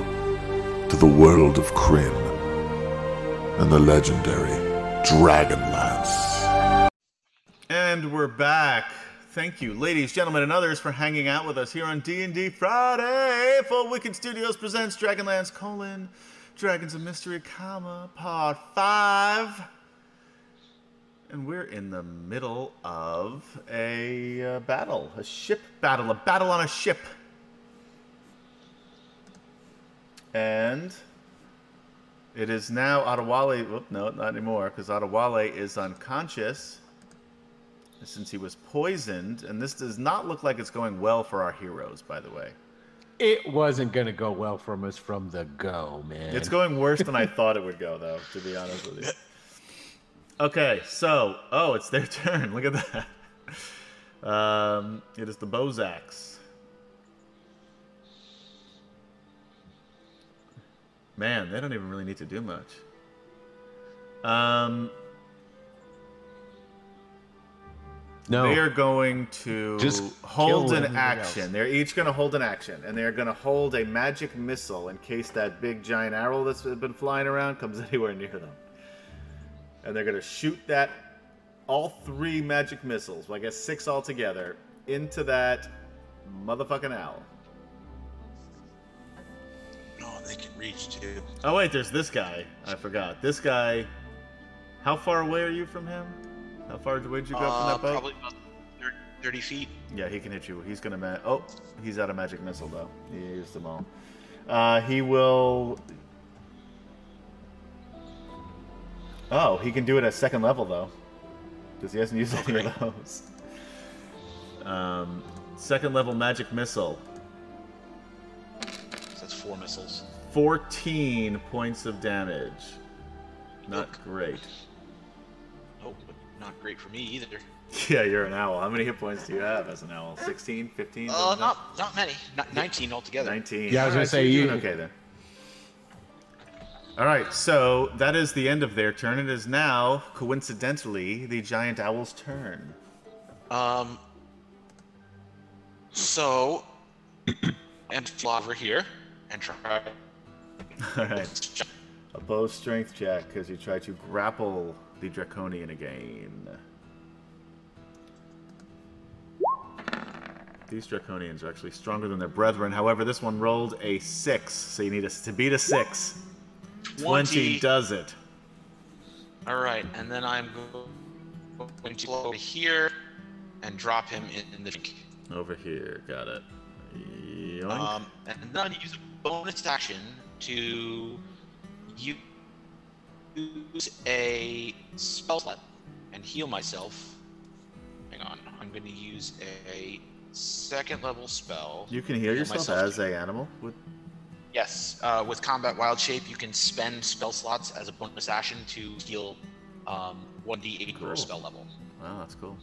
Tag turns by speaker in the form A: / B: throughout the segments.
A: Welcome to the world of Kryn and the legendary Dragonlance.
B: And we're back. Thank you, ladies, gentlemen, and others, for hanging out with us here on D&D Friday. Full Wicked Studios presents Dragonlance colon Dragons of Mystery, comma Part Five. And we're in the middle of a uh, battle, a ship battle, a battle on a ship. And it is now Adewale. Whoop, no, not anymore, because Adewale is unconscious since he was poisoned. And this does not look like it's going well for our heroes, by the way.
C: It wasn't going to go well from us from the go, man.
B: It's going worse than I thought it would go, though, to be honest with you. Okay, so, oh, it's their turn. Look at that. Um, it is the Bozaks. Man, they don't even really need to do much. Um,
C: no.
B: They are going to
C: Just
B: hold
C: kill
B: an
C: everybody
B: action.
C: else.
B: They're each going to hold an action, and they're going to hold a magic missile in case that big giant arrow that's been flying around comes anywhere near them. And they're going to shoot that, all three magic missiles, well, I guess six altogether, into that motherfucking owl.
D: No, they can reach too.
B: Oh, wait, there's this guy. I forgot. This guy. How far away are you from him? How far away did you go
D: Uh,
B: from that boat?
D: probably about thir- 30 feet.
B: Yeah, he can hit you. He's gonna ma- oh, he's out of magic missile though. He used them all. Uh, he will. Oh, he can do it at second level though, because he hasn't used any of those. Um, second level magic missile.
D: So that's four missiles.
B: 14 points of damage. Not
D: Yuck.
B: great.
D: Oh, but not great for me either.
B: Yeah, you're an owl. How many hit points do you have as an owl? 16, 15?
D: Uh, not not many. Not 19 altogether.
B: 19.
C: Yeah, I was gonna
B: Alright, so
C: say
B: you're
C: you-
B: doing okay then. All right, so that is the end of their turn. It is now, coincidentally, the giant owl's turn.
D: Um. So, and fly over here and try.
B: All right, a bow strength check because you try to grapple the draconian again. These draconians are actually stronger than their brethren. However, this one rolled a six, so you need a, to beat a six. 20 does it.
D: All right, and then I'm go- going to go over here and drop him in, in the drink.
B: Over here, got it. Yoink.
D: Um, and then use a bonus action to u- use a spell slot and heal myself. Hang on, I'm going to use a second level spell.
B: You can heal
D: Heal
B: yourself
D: myself
B: as
D: too.
B: a animal. With...
D: Yes, uh, with combat wild shape, you can spend spell slots as a bonus action to heal um, 1d8 per
B: Cool.
D: spell level.
B: Wow, that's cool.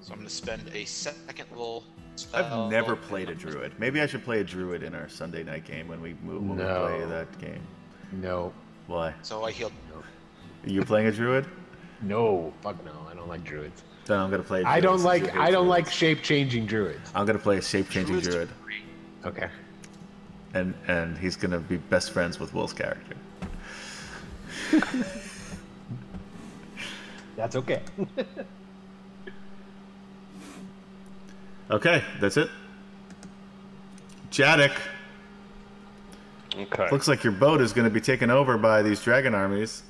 D: So I'm going to spend a second level.
B: I've
D: spell-
B: never played a druid. Maybe I should play a druid in our Sunday night game when we move when
C: No.
B: we play that game.
C: no.
B: Why?
D: So I healed.
B: Are you playing a druid?
C: No. Fuck no. I don't like druids.
B: Then I'm gonna play. A druid
C: I don't
B: since you
C: like
B: hate
C: I don't
B: druids.
C: like shape changing druids.
B: I'm gonna play a shape changing
D: Druids-
B: druid,
C: Okay.
B: and and he's gonna be best friends with Will's character.
C: That's okay.
B: Okay, that's it. Jadok,
E: Okay.
B: looks like your boat is gonna be taken over by these dragon armies,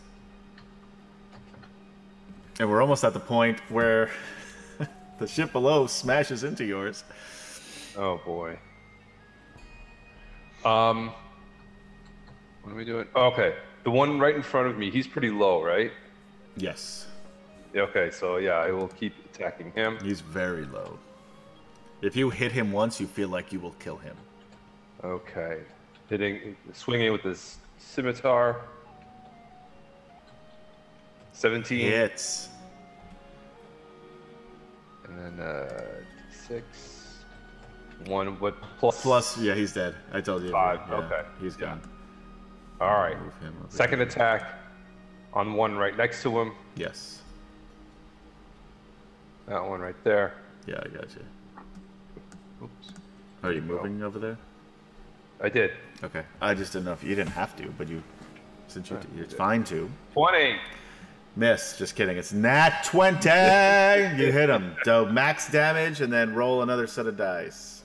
B: and we're almost at the point where the ship below smashes into yours.
E: oh boy. Um. What are we doing? Oh, Okay, the one right in front of me. He's pretty low, right?
B: Yes.
E: Yeah, Okay, so yeah, I will keep attacking him.
B: He's very low. If you hit him once, you feel like you will kill him.
E: Okay, hitting, swinging with this scimitar. Seventeen,
B: Hits.
E: and then uh, six, one. What plus?
B: Plus, yeah, he's dead. I told you.
E: Five,
B: Yeah,
E: okay.
B: He's
E: Yeah.
B: gone.
E: All right.
B: Move him over
E: Second
B: here.
E: attack on one right next to him.
B: Yes.
E: That one right there.
B: Yeah, I got you.
E: Oops.
B: Are you moving over there?
E: I did.
B: Okay. I just didn't know if you didn't have to, but you, since you, it's fine to.
E: 20.
B: Miss. Just kidding. It's nat 20. you hit him. So max damage and then roll another set of dice.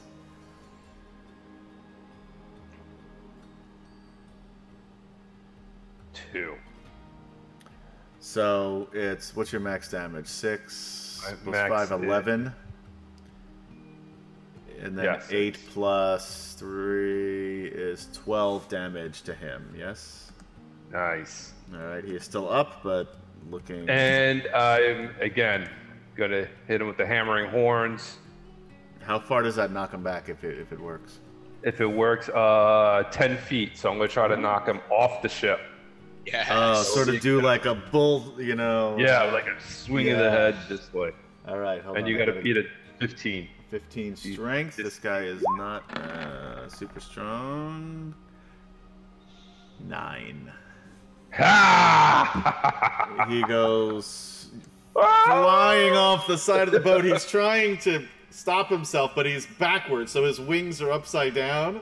E: Two.
B: So it's, what's your max damage? Six
E: I
B: plus
E: maxed
B: five,
E: it.
B: 11. And then
E: Yeah, six.
B: eight plus three is 12 damage to him. Yes?
E: Nice.
B: All right. He is still up, but looking.
E: And I'm, again, going to hit him with the hammering horns.
B: How far does that knock him back if it, if it works?
E: If it works, uh, 10 feet. So I'm going to try to knock him off the ship.
D: Yes.
B: Oh, sort of do like a bull, you know.
E: Uh, Yeah, like a swing of the
B: Yeah.
E: head this way.
B: All right. Hold
E: And
B: on,
E: you
B: I
E: got to
B: gotta-
E: beat a 15.
B: 15 strength. This guy is not uh, super strong. Nine.
E: Ha!
B: He goes
E: Ah!
B: flying off the side of the boat. He's trying to stop himself, but he's backwards, so his wings are upside down.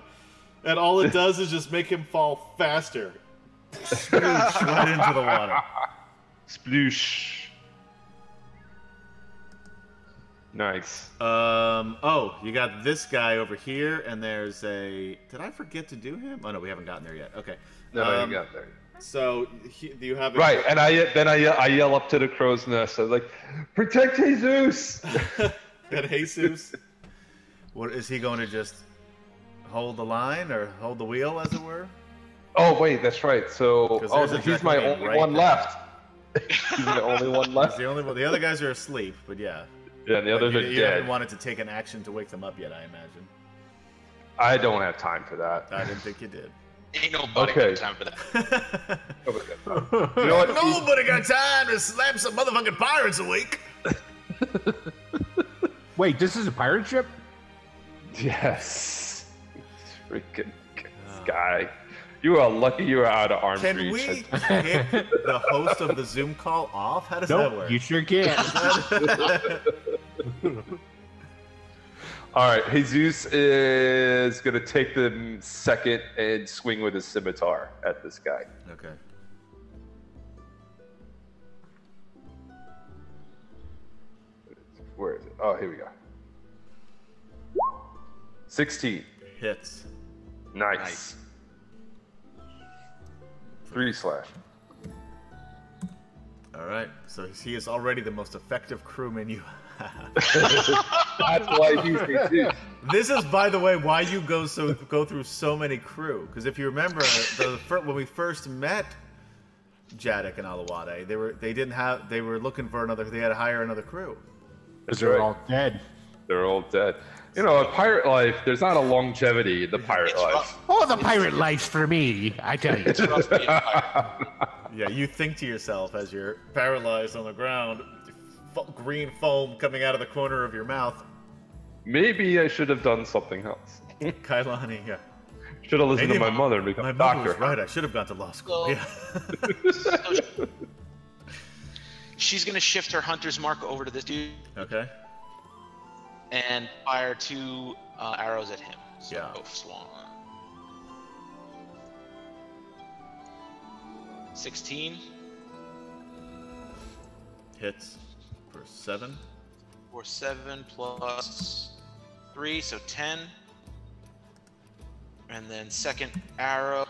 B: And all it does is just make him fall faster. Sploosh right into the water.
E: Sploosh. Nice.
B: Um. Oh, you got this guy over here, and there's a. Did I forget to do him? Oh no, we haven't gotten there yet. Okay.
E: No,
B: Um,
E: you got there.
B: So he, do you have a
E: Right, and I then I yell, I yell up to the crow's nest. I was like, "Protect Jesus!"
B: and Jesus. What is he going to just hold the line or hold the wheel, as it were?
E: oh wait, that's right. So
B: 'Cause
E: oh,
B: there's a
E: so he's my
B: Draconian
E: only
B: right
E: one
B: there.
E: left. he's the only one
B: He's
E: left.
B: the only one. The other guys are asleep, but yeah.
E: Yeah, and the others
B: you,
E: are
B: you haven't
E: dead.
B: wanted to take an action to wake them up yet, I imagine.
E: I don't have time for that.
B: I didn't think you did.
D: Ain't nobody
E: Okay.
D: got time for that.
E: You know what?
B: Nobody got time to slap some motherfucking pirates awake.
C: Wait, this is a pirate ship?
E: Yes. Freaking guy. You are lucky you are out of arm
B: Oh. Can
E: reach.
B: we kick the host of the Zoom call off? How does that
C: Nope,
B: work?
C: you sure can.
E: All right, Jesus is gonna take the second and swing with his scimitar at this guy.
B: okay.
E: Where is it? Oh, here we go. Sixteen.
B: Hits.
E: Nice.
D: Nice.
E: Three slash.
B: All right. So he is already the most effective crewman you have.
E: That's why he's Jesus.
B: This is, by the way, why you go so go through so many crew. Because if you remember, the, fir- when we first met Jadok and Alawade, they were they didn't have they were looking for another. They had to hire another crew.
E: That's
C: They're
E: right.
C: all dead.
E: They're all dead. You know, a pirate life. There's not a longevity in the pirate
D: It's
E: life.
D: rough.
C: Oh, the pirate life's for me, I tell you.
D: It's rough being a pirate.
B: Yeah, you think to yourself as you're paralyzed on the ground, f- green foam coming out of the corner of your mouth.
E: Maybe I should have done something else.
B: Kailani, yeah.
E: Should have listened
B: Maybe
E: to my mother and become
B: My
E: a
B: mother was
E: doctor.
B: right. I should have gone to law school.
D: Well-
B: Yeah.
D: She's gonna shift her hunter's mark over to this dude
B: okay.
D: and fire two uh, arrows at him. So
B: Yeah.
D: swan. Sixteen
B: Hits for seven.
D: or seven plus three, so ten. And then second arrow.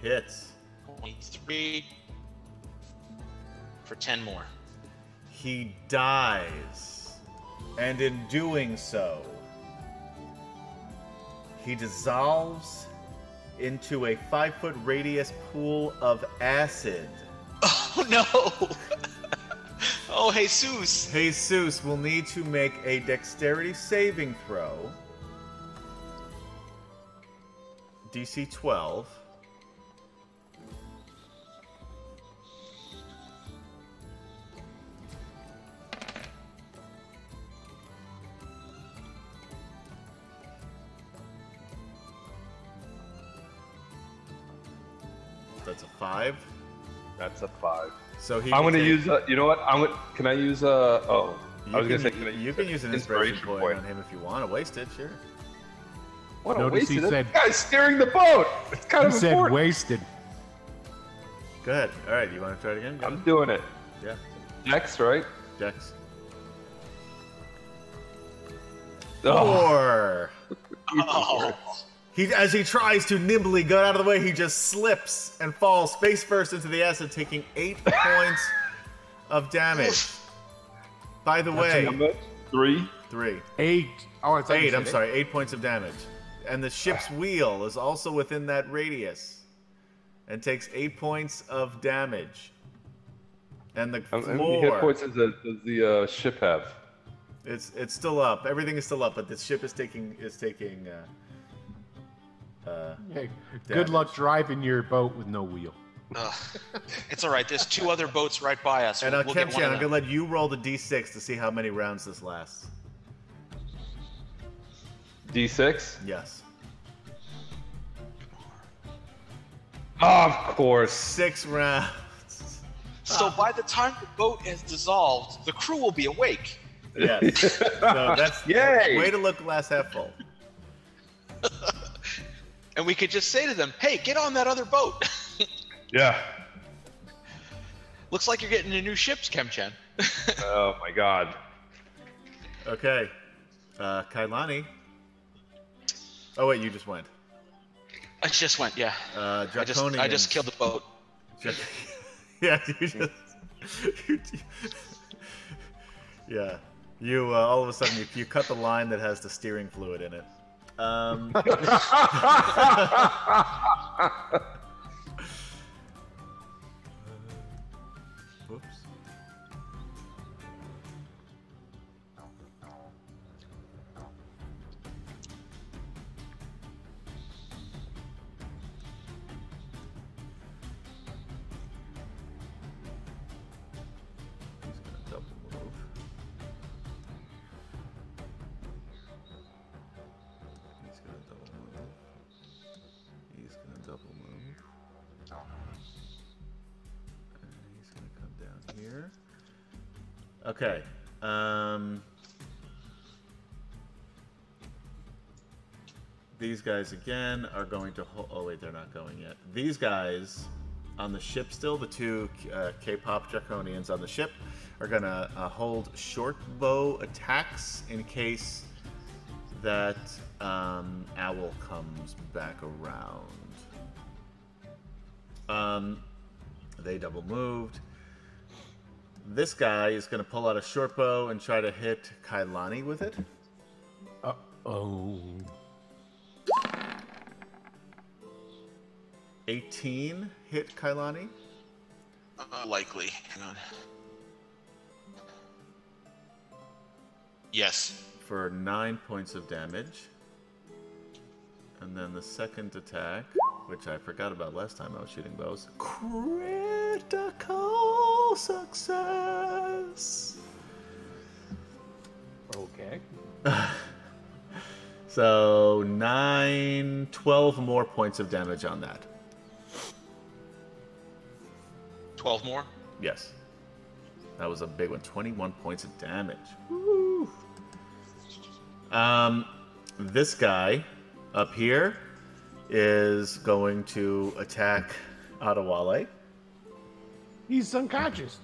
B: Hits.
D: 23 for 10 more.
B: He dies. And in doing so, he dissolves into a five foot radius pool of acid.
D: Oh no! oh, Jesus!
B: Jesus will need to make a dexterity saving throw. DC 12. That's a five.
E: That's a five.
B: So he.
E: I'm
B: will
E: gonna
B: take-
E: use. A, you know what? I'm. Gonna, can I use a? Oh, I was
B: can,
E: gonna say, can I
B: you
E: use
B: can
E: an
B: use an inspiration,
E: inspiration
B: point,
E: point?
B: on him if you want to waste it. Sure.
E: What a
C: Notice
E: waste
C: he
E: of-
C: said-
E: that guy's steering the boat. It's kind
C: You
E: of
C: said
E: important.
C: wasted.
B: Go ahead. All right. You want to try it again?
E: I'm doing it.
B: yeah.
E: Next, right?
B: Dex.
E: Oh,
B: Four.
D: Oh,
B: He, as he tries to nimbly get out of the way, he just slips and falls face first into the acid, taking eight points of damage. By the
E: how
B: way,
E: much? Three.
B: three.
C: Eight. Oh, it's
B: Eight, I'm sorry, eight points of damage. And the
E: Ah.
B: ship's wheel is also within that radius and takes eight points of damage. And the
E: How how many Um, hit
B: floor,
E: points does the, does the uh, ship have?
B: it's it's still up. Everything is still up, but the ship is taking is taking. Uh,
C: Hey,
B: Damage.
C: good luck driving your boat with no wheel.
D: ugh. it's all right. There's two other boats right by us.
B: and uh,
D: we'll get
B: Kemchan,
D: one of
B: I'm gonna
D: them.
B: let you roll the d6 to see how many rounds this lasts.
E: D6?
B: Yes,
E: Of course.
B: six rounds.
D: So by the time the boat is dissolved, the crew will be awake.
B: Yes, so that's
E: Yay!
B: way to look glass half full.
D: And we could just say to them, hey, get on that other boat.
E: Yeah.
D: Looks like you're getting a new ship, Kemchan.
E: Oh my god.
B: Okay, uh, Kailani. Oh wait, you just went.
D: I just went, yeah.
B: Uh,
D: I just, I just
B: Draconians.
D: killed the boat.
B: Jack- yeah, you just. you- yeah, you uh, all of a sudden you, you cut the line that has the steering fluid in it. Um, whoops. He's gonna double move. He's gonna double move. He's gonna double move. And he's gonna come down here. Okay. Um. These guys again are going to. Ho- oh wait, they're not going yet. These guys on the ship still, the two uh, K-pop draconians on the ship, are gonna uh, hold short bow attacks in case that um, owl comes back around. Um, they double moved. This guy is gonna pull out a short bow and try to hit Kailani with it.
C: Uh, oh.
B: 18 hit Kailani.
D: Uh, likely. Hang on. Yes.
B: for nine points of damage. And then the second attack, which I forgot about last time I was shooting bows. Critical success!
C: Okay.
B: So, nine, 12 more points of damage on that.
D: 12 more?
B: Yes. That was a big one. 21 points of damage. Woo! Um, this guy up here is going to attack Adewale.
C: He's unconscious.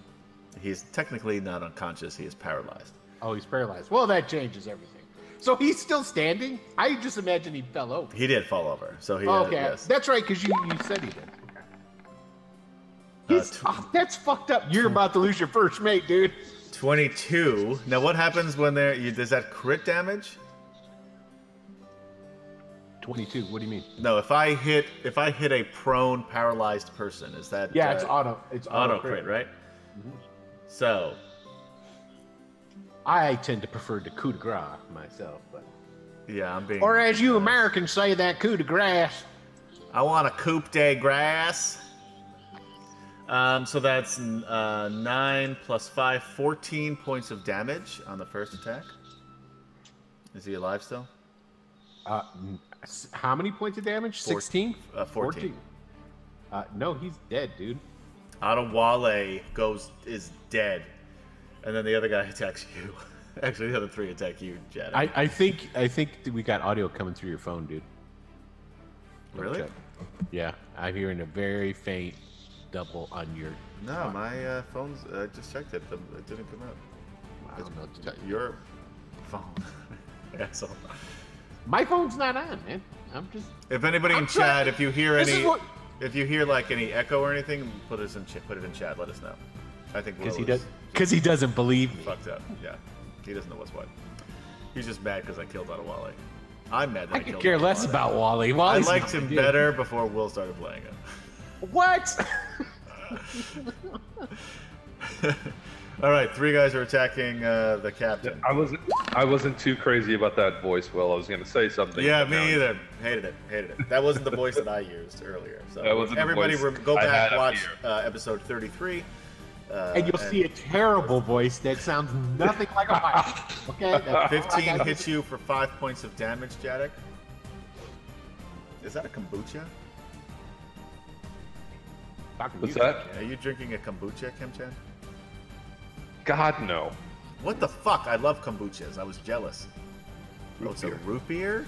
B: He's technically not unconscious, he is paralyzed.
C: Oh, he's paralyzed. Well, that changes everything. So he's still standing. I just imagine he fell over.
B: He did fall over, so he uh,
C: okay,
B: yes.
C: that's right, because you, you said he did.
B: Uh,
C: He's,
B: tw-
C: oh, that's fucked up. You're about to lose your first mate, dude.
B: 22. Now, what happens when there? You, does that crit damage?
C: Twenty-two. What do you mean?
B: No, if I hit if I hit a prone paralyzed person, is that
C: Yeah,
B: uh,
C: it's auto. It's
B: auto crit, right? So
C: I tend to prefer the coup de grace myself, but
B: yeah, I'm being
C: or as you Americans say, that coup de grace.
B: I want a coupe de grass. Um, so that's uh, 9 plus 5, 14 points of damage on the first attack. Is he alive still?
C: Uh, n- s- how many points of damage?
B: Four-
C: Sixteen.
B: uh, 14.
C: Uh, no, he's dead, dude.
B: Adewale goes is dead. And then the other guy attacks you. Actually, the other three attack you, Jed.
C: I, I think I think that we got audio coming through your phone, dude. Double
B: really?
C: check. Yeah, I'm hearing a very faint double on your.
B: No, my uh, phone's. I just checked it. the- It didn't come up.
C: I don't know what to tell you.
B: Your phone. Asshole.
C: My phone's not on, man. I'm just.
B: If anybody in
C: I'm
B: chat,
C: trying-
B: if you hear
C: This is
B: any,
C: what-
B: if you hear like any echo or anything, put us in ch- put it in chat. Let us know. I think
C: Because he
B: Will is
C: does. Because he doesn't believe me.
B: fucked up. Yeah, he doesn't know what's what. He's just mad because I killed Adewale. I'm mad that I,
C: I could
B: killed
C: care less
B: Adewale.
C: about Wally.
B: I
C: Wally's
B: liked
C: not
B: him
C: my dude.
B: better before Will started playing him.
C: What?
B: All right, three guys are attacking uh, the captain.
E: I wasn't. I wasn't too crazy about that voice. Will I was going to say something.
B: Yeah,
E: but now-
B: me either. Hated it. Hated it. That wasn't the voice that I used earlier. So
E: That wasn't the
B: everybody,
E: voice
B: rem- go
E: I
B: back,
E: had up
B: watch
E: here.
B: uh, episode 33. Uh,
C: and you'll see a terrible voice that sounds nothing like a mine. Okay. that's all I
B: 15
C: got.
B: hits you for five points of damage, Jadek. Is that a kombucha?
C: Fucking
E: What's
C: you.
E: that?
B: Are you drinking a kombucha, Kimchan?
E: God no.
B: What the fuck? I love kombuchas. I was jealous. oh, it's a
E: beer.
B: root beer?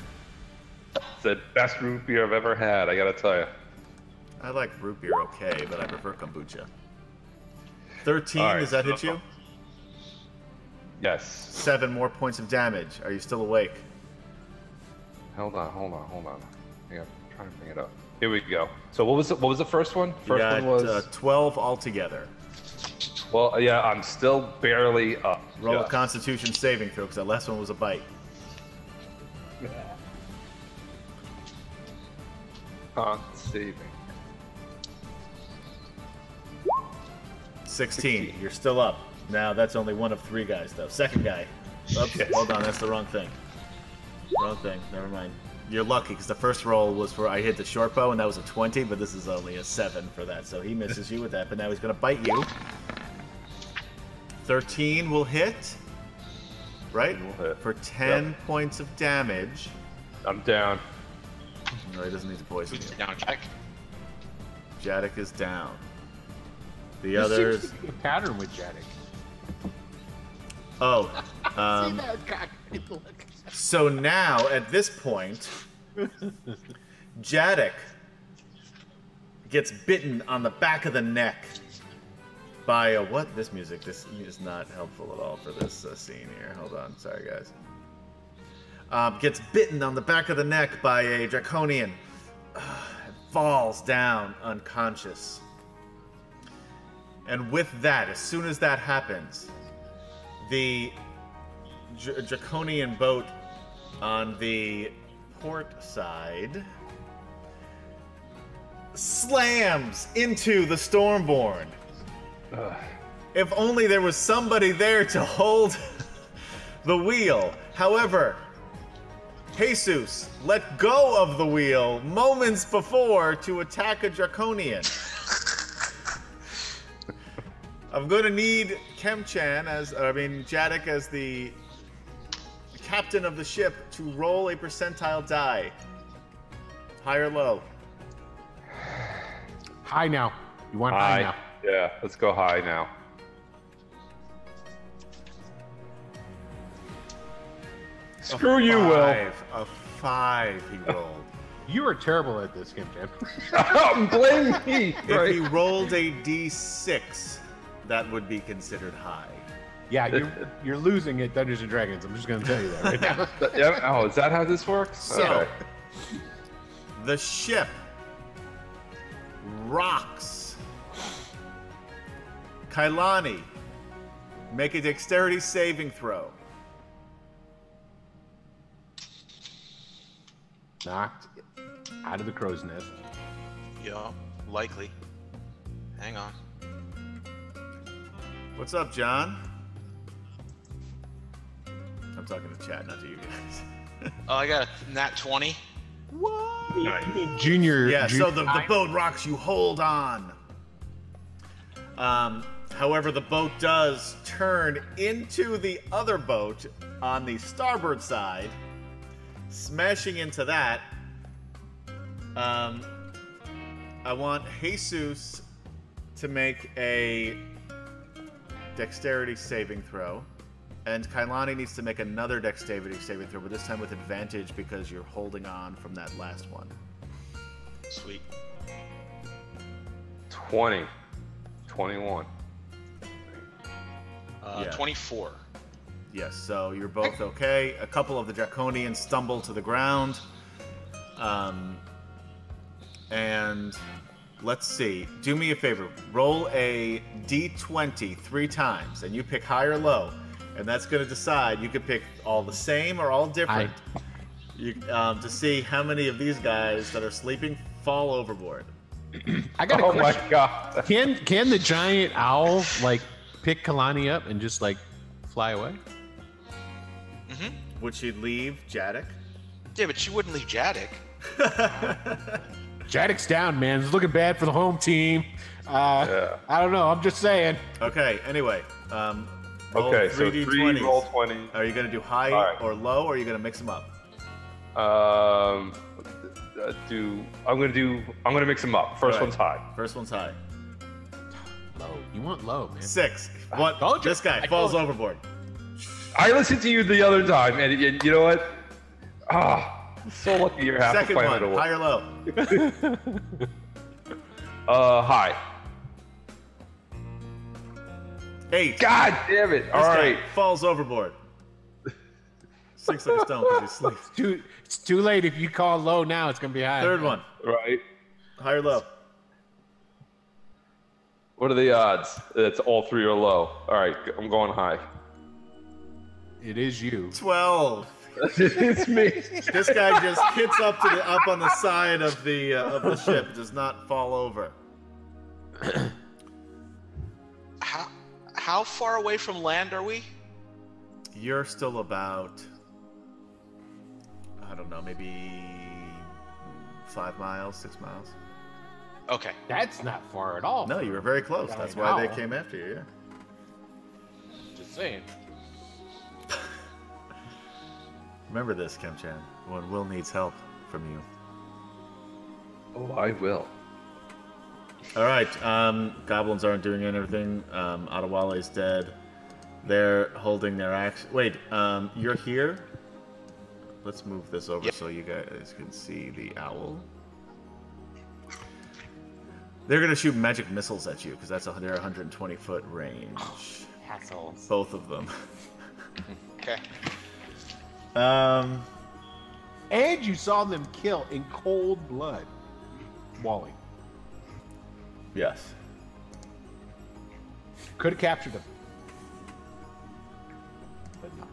E: It's the best root beer I've ever had. I got to tell you.
B: I like root beer okay, but I prefer kombucha. 13,
E: All right,
B: does that hit
E: so-
B: you?
E: Yes.
B: Seven more points of damage. Are you still awake?
E: Hold on. Hold on. Hold on. Hang on. I'm trying to bring it up. Here we go. So what was the, what was the first one?
B: You
E: First
B: got,
E: one was
B: uh, 12 altogether.
E: well. Yeah, I'm still barely up.
B: Roll
E: yeah.
B: a constitution saving throw because that last one was a bite.
E: Con saving.
B: 16.
E: 16.
B: You're still up. Now that's only one of three guys, though. Second guy. Oops,
E: Shit.
B: hold on. That's the wrong thing. Wrong thing. Never mind. You're lucky because the first roll was for I hit the short bow and that was a 20, but this is only a 7 for that. So he misses you with that, but now he's going to bite you. 13 will hit, right?
E: Will hit.
B: For 10 points of damage.
E: I'm down.
B: No, he doesn't need to poison
D: Who's
B: you.
D: down, Jack?
B: Jadek is down. The
C: There
B: others.
C: seems to be a pattern with Janik.
B: Oh.
C: See
B: Um,
C: that cock? Look.
B: so now, at this point, Jadek gets bitten on the back of the neck by a what? This music. This is not helpful at all for this uh, scene here. Hold on. Sorry, guys. Um, gets bitten on the back of the neck by a draconian. falls down unconscious. And with that, as soon as that happens, the Dr- draconian boat on the port side slams into the Stormborn. If only there was somebody there to hold the wheel. However, Jesus let go of the wheel moments before to attack a draconian. I'm going to need Kemchan as I mean Jadek as the captain of the ship to roll a percentile die. High or low?
C: High now. You want high,
E: High.
C: now?
E: Yeah. Let's go high now. Screw you, Will.
B: Five. A five he rolled.
C: You are terrible at this, Kim Jam.
E: Oh, Blame me.
B: if
E: Right?
B: he rolled a d6, that would be considered high.
C: yeah, you're, you're losing at Dungeons and Dragons. I'm just going to tell you that right now.
E: Yeah, Oh, is that how this works?
B: So-
E: Okay.
B: The ship rocks. Kailani, make a dexterity saving throw.
C: Knocked out of the crow's nest.
D: Yeah, likely. Hang on.
B: What's up, John? I'm talking to chat, not to you guys.
D: Oh, I got a nat 20.
C: Junior.
B: Yeah,
C: junior
B: so the, the
C: high.
B: boat rocks, you hold on. Um, however, the boat does turn into the other boat on the starboard side, smashing into that. Um, I want Jesus to make a dexterity saving throw. And Kailani needs to make another dexterity saving throw, but this time with advantage because you're holding on from that last one.
D: Sweet.
E: 20. 21.
D: Uh,
B: Yeah.
D: 24.
B: Yes, so you're both okay. A couple of the draconians stumble to the ground. Um, and let's see. Do me a favor. Roll a d20 three times, and you pick high or low. And that's going to decide. You could pick all the same or all different you, um, to see how many of these guys that are sleeping fall overboard.
C: I got a
E: Oh my
C: question.
E: god.
C: Can can the giant owl like pick Kalani up and just like fly away?
B: Would she leave Jadok?
D: Yeah, but she wouldn't leave Jaddick.
C: Jaddick's down, man. It's looking bad for the home team. Uh,
E: Yeah.
C: I don't know. I'm just saying.
B: Okay, anyway. Um, roll
E: Okay, so
B: three
E: three
B: D20s.
E: roll 20.
B: Are you going to do high
E: All right.
B: or low, or are you going to mix them up?
E: Um, uh, do I'm gonna do I'm gonna mix them up. First
B: All right.
E: one's high.
B: First one's high.
C: Low. You want low, man.
B: Six. What?
C: told you.
B: This guy
C: I
B: falls
C: told
B: overboard.
E: I listened to you the other time, and, and you know what? Ah, so lucky you're half
B: Second
E: a planet
B: one,
E: away.
B: high or low?
E: Uh, high.
B: Eight. This
E: God damn it! All
B: guy
E: right.
B: falls overboard. Six like a stone because he sleeps.
C: It's too, it's too late. If you call low now, it's gonna be high.
B: Third one,
E: Right.
B: high or low?
E: What are the odds? That's all three are low. All right, I'm going high.
C: It is you.
B: Twelve.
E: it's me.
B: This guy just hits up to the up on the side of the uh, of the ship. Does not fall over.
D: How, how far away from land are we?
B: You're still about, I don't know, maybe five miles, six miles.
D: Okay.
C: That's not far at all.
B: No, you were very close.
C: Yeah, I
B: That's why they
C: know.
B: came after you. Yeah.
C: Just saying.
B: Remember this, Kim Chan, when Will needs help from you.
E: Oh, I will.
B: All right, um, goblins aren't doing anything. Um, Adewale is dead. They're holding their action. Wait, um, you're here? Let's move this over
D: Yep.
B: so you guys can see the owl. They're going to shoot magic missiles at you because that's a, their 120 foot range.
C: Hassles.
B: Both of them.
D: Okay.
B: Um,
C: And you saw them kill in cold blood. Wally
B: yes.
C: could have captured them, but no.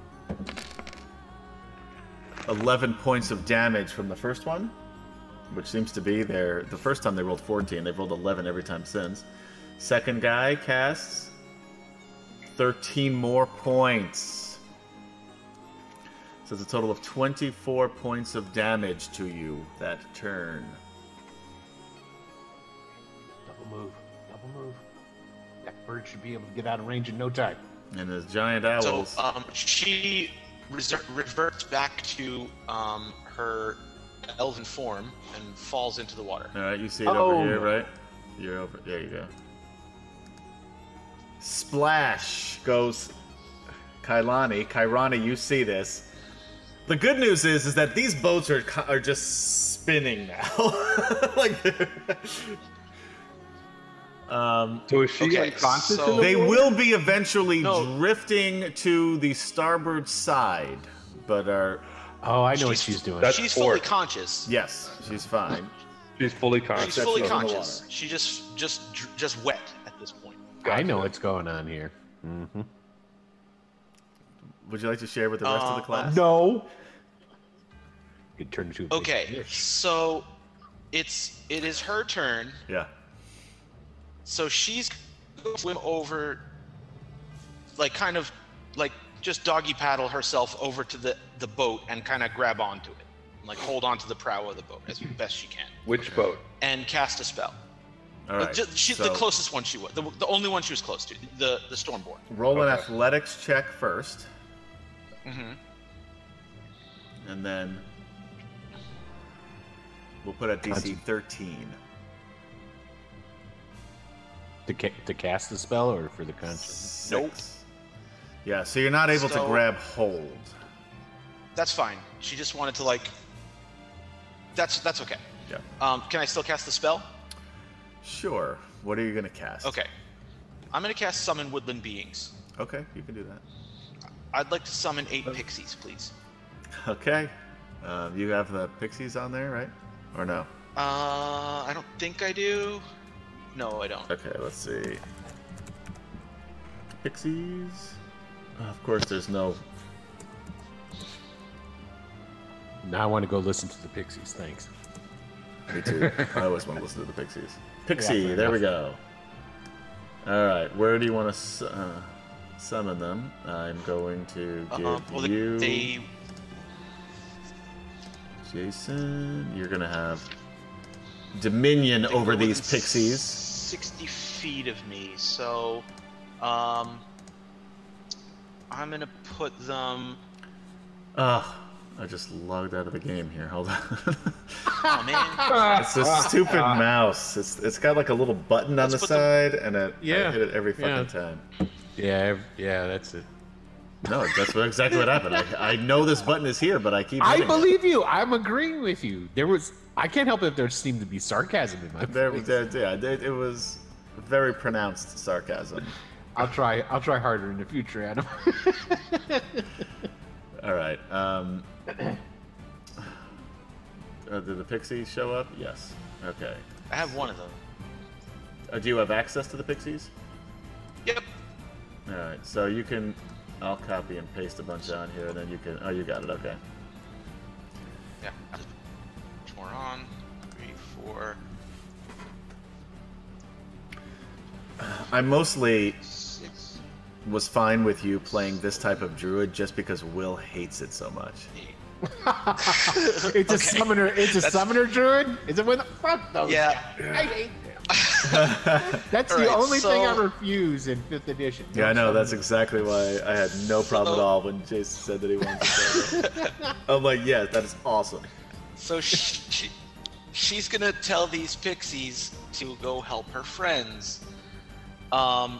B: 11 points of damage from the first one, which seems to be their. The first time they rolled 14, they've rolled 11 every time since. Second guy casts 13 more points. So it's a total of 24 points of damage to you that turn.
C: Double move. Double move. That bird should be able to get out of range in no time.
B: And the giant owls.
D: So um, she reser- reverts back to um, her elven form and falls into the water.
B: All right, you see it
C: Oh.
B: over here, right? You're over. There you go. Splash goes Kailani. Kairani, you see this. The good news is, is that these boats are ki- are just spinning now. like, they're- um,
E: So is she
D: Okay,
E: like conscious?
D: so-
E: in the
B: they
E: water?
B: will be eventually
D: No.
B: drifting to the starboard side, but are
C: Oh, I know what
D: She's-
C: she's doing.
E: That's
D: She's
E: four.
D: fully conscious.
B: yes, she's fine.
E: She's fully
D: She's
E: conscious.
D: fully
B: She's in the
D: conscious.
B: water.
D: She just just just wet at this point.
C: I know what's going on here.
B: Would you like to share with the rest of the
D: Uh,
B: class?
C: No. Could turn into a big
D: Okay.
C: fish.
D: So it's it is her turn.
B: Yeah.
D: So she's gonna swim over like kind of like just doggy paddle herself over to the the boat and kind of grab onto it. Like hold onto the prow of the boat as best she can
E: Which boat?
D: and cast a spell.
B: All right.
D: Ju- she, the
B: so-
D: closest one she was. The, the only one she was close to. The the Stormborn.
B: Roll an
E: Okay.
B: athletics check first,
D: Mm-hmm.
B: and then we'll put a DC
C: Gotcha.
B: 13.
C: To, ca- to cast the spell or for the conscience?
B: Six.
D: Nope.
B: Yeah, so you're not able
D: So-
B: to grab hold.
D: That's fine. She just wanted to like. That's that's okay.
B: Yeah.
D: Um, can I still cast the spell?
B: Sure. What are you gonna cast?
D: Okay. I'm gonna cast summon woodland beings.
B: Okay, you can do that.
D: I'd like to summon eight pixies, please.
B: Okay. Um, you have the pixies on there, right? Or no?
D: Uh, I don't think I do. No, I don't.
B: Okay, let's see. Pixies. Of course, there's no.
C: Now I want to go listen to the Pixies. Thanks.
B: Me too. I always want to listen to the Pixies. Pixie,
C: fair
B: there we go. All right, where do you want to su- uh, summon them? I'm going to give
D: Uh, well,
B: you,
D: they, they
B: Jason. You're gonna have dominion
D: They
B: over
D: go
B: these
D: within
B: pixies.
D: 60 feet of me, so um, I'm gonna put them.
B: Ugh, I just logged out of the game here. Hold on.
D: Oh man!
B: it's a stupid mouse. It's it's got like a little button on
D: Let's
B: the
D: put the-
B: side, and it I
C: Yeah,
B: hit it every fucking
C: yeah.
B: time.
C: Yeah, yeah, that's it.
B: No, that's what, exactly what happened. I, I know this button is here, but I keep.
C: I
B: hitting it.
C: believe you. I'm agreeing with you. There was. I can't help it if there seemed to be sarcasm in my
B: There,
C: voice.
B: there, yeah, there- it was very pronounced sarcasm.
C: I'll try. I'll try harder in the future, Adam.
B: All right. Um, uh, did the pixies show up? Yes. Okay.
D: I have one of them.
B: Uh, do you have access to the pixies?
D: Yep.
B: All right. So you can. I'll copy and paste a bunch on here, and then you can. Oh, you got it. Okay.
D: Yeah. Which We're on three, four,
B: I mostly
D: six,
B: was fine with you playing this type of druid just because Will hates it so much.
D: eight.
C: it's a
D: Okay.
C: summoner. It's a
D: That's-
C: summoner druid. Is it when the fuck those?
D: Yeah.
C: guys. I hate them. That's
D: All
C: the
D: right,
C: only thing I
D: so-
C: refuse in fifth edition.
B: Yeah, I know. That's
C: Summoners.
B: exactly why I had no problem at all when Jason said that he wanted to play. it. I'm like, yeah, that is awesome.
D: So she, she's gonna tell these pixies to go help her friends. Um,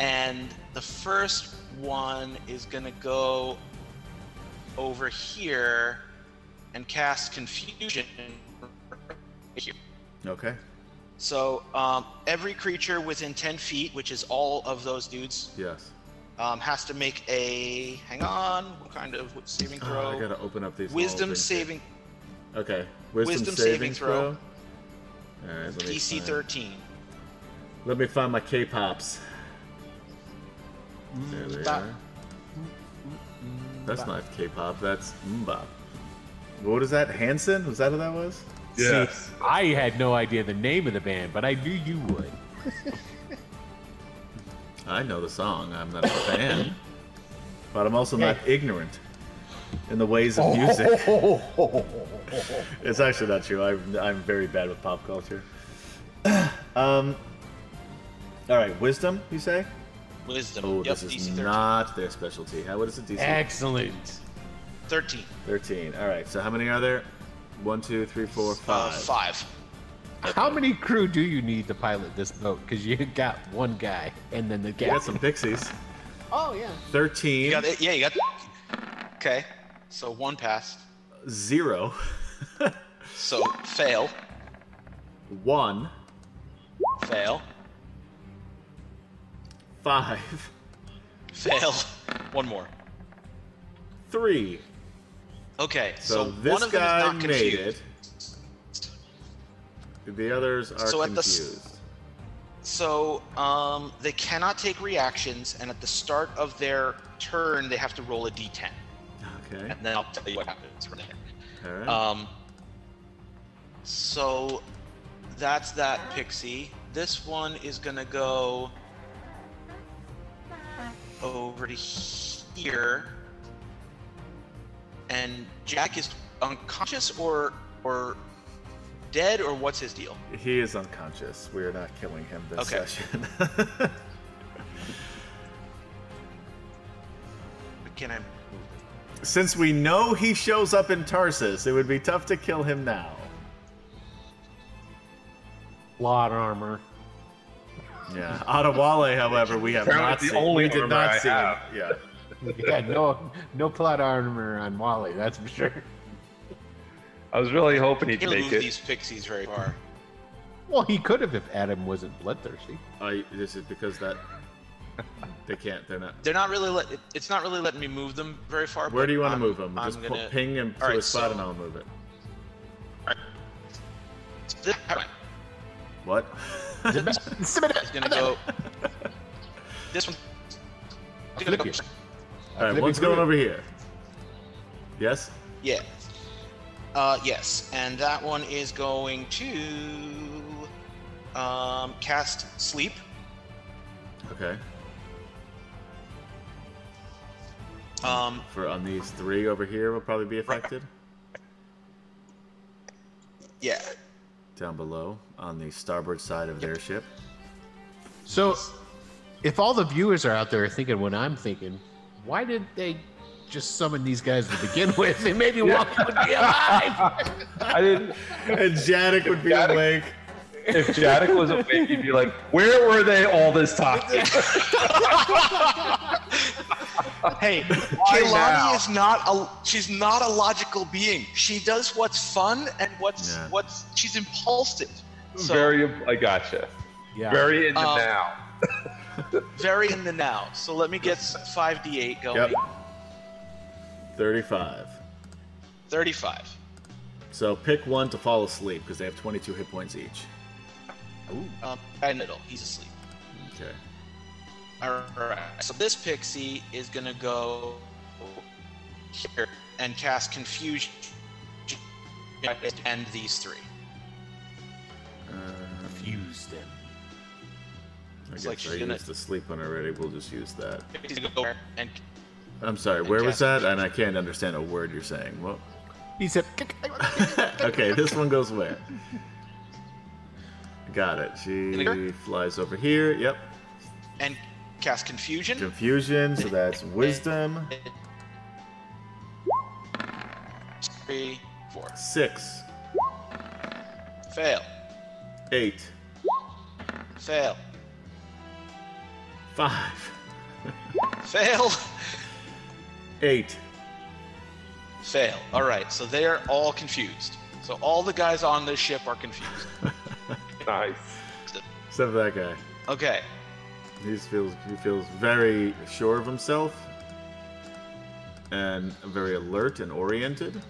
D: and the first one is gonna go over here and cast confusion. Here.
B: Okay.
D: So um, every creature within 10 feet, which is all of those dudes,
B: Yes.
D: um, has to make a hang on, what kind of saving
B: Oh,
D: throw?
B: I gotta open up these.
D: Wisdom
B: walls.
D: saving
B: Okay. Wisdom,
D: Wisdom
B: saving,
D: saving
B: throw.
D: throw.
B: All right. Let me
D: DC
B: find-
D: 13.
B: Let me find my K-pops. There they
C: Bop.
B: are. That's not K-pop. That's mbop. What is that? Hanson? Was that who that was?
E: Yes.
C: I had no idea the name of the band, but I knew you would.
B: I know the song. I'm not a fan, but I'm also not ignorant in the ways of music. it's actually not true. I'm, I'm very bad with pop culture. um, all right, wisdom, you say?
D: Wisdom.
B: Oh,
D: yep,
B: this is
D: DC 13.
B: not their specialty. How what is it? DC
C: Excellent.
D: 13.
B: 13. All right. So how many are there? One, two, three, four,
D: Uh,
B: five.
D: five.
C: How many crew do you need to pilot this boat? Because you got one guy, and then the
B: You got
C: captain.
B: some pixies.
C: Oh yeah.
B: 13,
D: You got it. Yeah, you got. Okay. So one passed.
B: zero,
D: So fail.
B: one,
D: Fail.
B: five,
D: Fail. One more.
B: three.
D: Okay.
B: So,
D: So,
B: this
D: one of
B: guy
D: them is not
B: made
D: confused.
B: it. The others are
D: So at the s-
B: confused.
D: So um, they cannot take reactions, and at the start of their turn, they have to roll a d10,
B: Okay.
D: and then I'll tell you what happens from there.
B: All right.
D: Um. So that's that pixie. This one is gonna go over to here, and Jack is unconscious or or dead or what's his deal?
B: he is unconscious. We are not killing him this
D: Okay.
B: session.
D: Can I?
B: Since we know he shows up in Tarsus, it would be tough to kill him now.
C: Lot armor.
B: Yeah. Adewale, however, we have
E: Apparently
B: not
E: it's the
B: seen.
E: only
B: we did
E: armor
B: not
E: I
B: see.
E: have.
B: Yeah.
C: yeah, no, no plot armor on Wally, that's for sure.
E: I was really hoping he'd
D: He'll
E: make
D: move
E: it.
D: these pixies very far.
C: Well, he could have if Adam wasn't bloodthirsty.
B: I this is because that they can't. They're not.
D: They're not really let. it- It's not really letting me move them very far.
B: Where
D: but
B: do you want
D: I'm-
B: to move them?
D: I'm
B: Just pu-
D: gonna
B: ping him to
D: All right,
B: a spot,
D: so-
B: and I'll move it.
D: This-
B: What?
D: It's gonna go. this one.
C: I'll flip you.
B: All right,
C: Let me
B: one's
C: do
B: going
C: it.
B: over here. Yes.
D: Yeah. Uh, yes, and that one is going to um, cast sleep.
B: Okay.
D: Um,
B: For on these three over here will probably be affected.
D: yeah.
B: Down below on the starboard side of their ship.
C: So, if all the viewers are out there are thinking what I'm thinking, why did they just summon these guys to begin with? And maybe Wally would be alive.
E: I didn't.
B: And Jadak would be
E: Jadok-
B: awake.
E: If Jadak was awake, he'd be like, "Where were they all this time?"
D: Hey,
E: now?
D: Kailani is not a. She's not a logical being. She does what's fun and what's
B: Yeah.
D: what's. She's impulsive. So very,
E: Very. I gotcha.
C: yeah.
E: Very in the
D: Um,
E: now.
D: in the now. So let me get five d eight going.
B: Yep. Thirty-five.
D: Thirty-five.
B: So pick one to fall asleep because they have 22 hit points each.
D: Um, guy in the middle. He's asleep.
B: Okay.
D: All right. So this pixie is gonna go here and cast confusion and these three.
B: Um,
C: confused them.
B: I
D: It's
B: guess
D: like
B: I
D: she's
B: used
D: gonna-
B: the sleep one already. We'll just use that.
D: Pixie's gonna go here and
B: I'm sorry. Where was
D: Jasper.
B: that? And I can't understand a word you're saying. What?
C: He said,
B: okay, this one goes where? Got it. She
D: Vinegar?
B: flies over here. Yep.
D: and cast confusion.
B: Confusion. So that's wisdom.
D: Three, four.
B: Six,
D: Fail.
B: eight,
D: Fail.
B: five,
D: Fail.
B: eight.
D: Fail. All right. So they are all confused. So all the guys on this ship are confused.
E: Nice.
B: Except for that guy.
D: Okay.
B: He feels he feels very sure of himself and very alert and oriented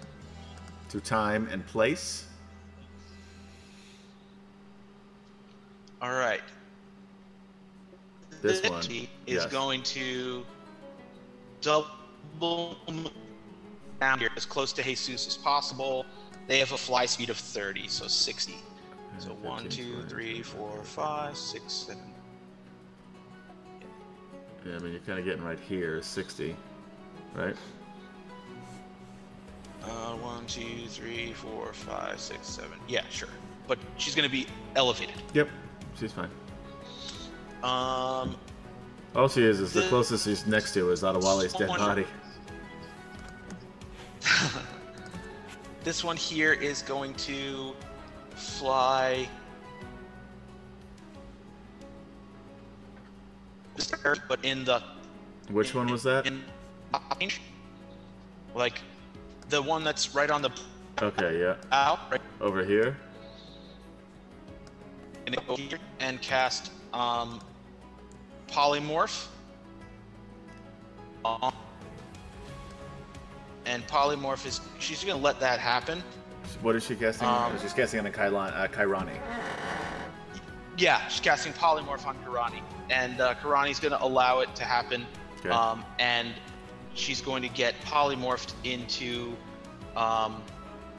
B: to time and place.
D: All right.
B: This
D: The
B: one.
D: Pixie is
B: Yes.
D: going to double move down here as close to Jesus as possible. They have a fly speed of 30, so 60. So one,
B: 15,
D: two,
B: 20,
D: three, Uh, four, five, six, seven.
B: Yeah, I mean you're kind of getting right here, 60, right?
D: Uh, one, two, three, four, five, six, seven. Yeah, sure. But she's going to be elevated.
B: Yep, she's fine.
D: Um,
B: All she is is the
D: The-
B: closest she's next to is Adewale's dead
D: Someone-
B: body.
D: This one here is going to fly. But in the
B: Which one was that?
D: in- like the one that's right on the
B: Okay, yeah,
D: bow, right,
B: over here.
D: and it go here and cast um, polymorph. on- And polymorph is she's gonna let that happen.
B: What is she casting?
D: Um,
B: she's casting on the Kailan, uh, Kairani.
D: Yeah, she's casting polymorph on Karani, and uh, Karani's going to allow it to happen.
B: Okay.
D: Um, and she's going to get polymorphed into. Um,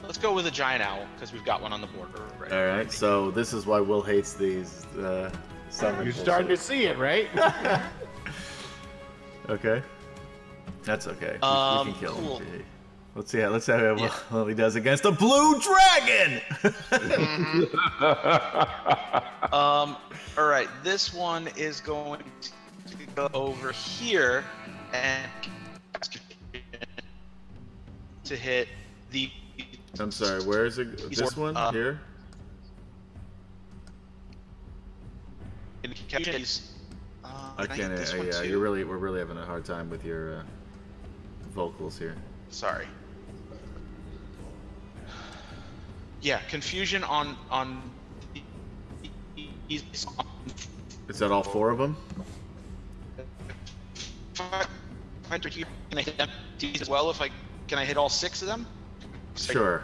D: let's go with a giant owl because we've got one on the board. Right.
B: All right, so this is why Will hates these. Uh, summon
C: You're starting to
B: bullshit.
C: see it, right?
B: Okay, that's okay. We-
D: Um,
B: we can kill
D: cool.
B: him. Let's see. how Let's see how well he does against a blue dragon.
D: Um, all right, this one is going to go over here and to hit the.
B: I'm sorry. Where is it? This one
D: Uh,
B: here. I
D: Uh, can
B: can't.
D: hit this
B: uh,
D: one
B: yeah,
D: too?
B: uh, you're really. We're really having a hard time with your. Uh, vocals here.
D: Sorry. Yeah, confusion on on these
B: Is that all four of them?
D: hundred here. Can I hit them as well? If I can, I hit all six of them. It's like,
B: Sure.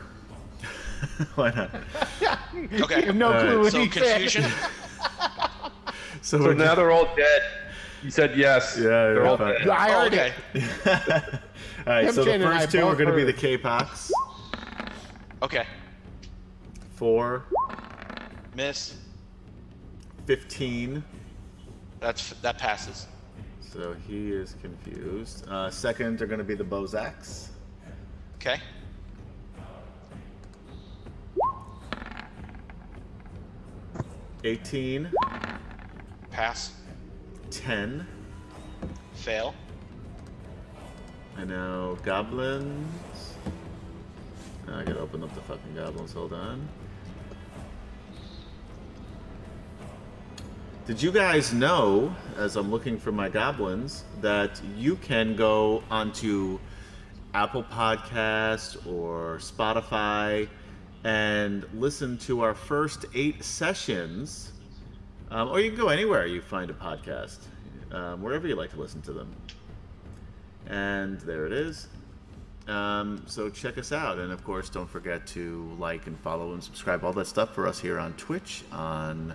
B: Why not?
D: Okay.
C: You have no
B: All right,
C: clue what
D: So
C: he said.
D: confusion.
B: So,
E: So
B: we're
E: now they're all dead. You said yes.
B: Yeah,
E: they're
B: yeah,
E: all
B: fine.
E: dead.
C: I
D: Oh,
C: heard
D: okay.
C: it.
B: just... all right. So the
C: MJ and I
B: first two
C: both
B: are going to be
C: heard.
B: the K-pox.
D: Okay.
B: Four,
D: Miss.
B: 15.
D: That's that passes.
B: So he is confused. Uh, second are going to be the Bozaks.
D: Okay.
B: Eighteen,
D: Pass.
B: ten,
D: Fail.
B: And now goblins. Now I gotta open up the fucking goblins. Hold on. Did you guys know, as I'm looking for my goblins, that you can go onto Apple Podcast or Spotify and listen to our first eight sessions? Um, or you can go anywhere you find a podcast, um, wherever you like to listen to them. And there it is. Um, so check us out. And of course, don't forget to like and follow and subscribe, all that stuff for us here on Twitch, on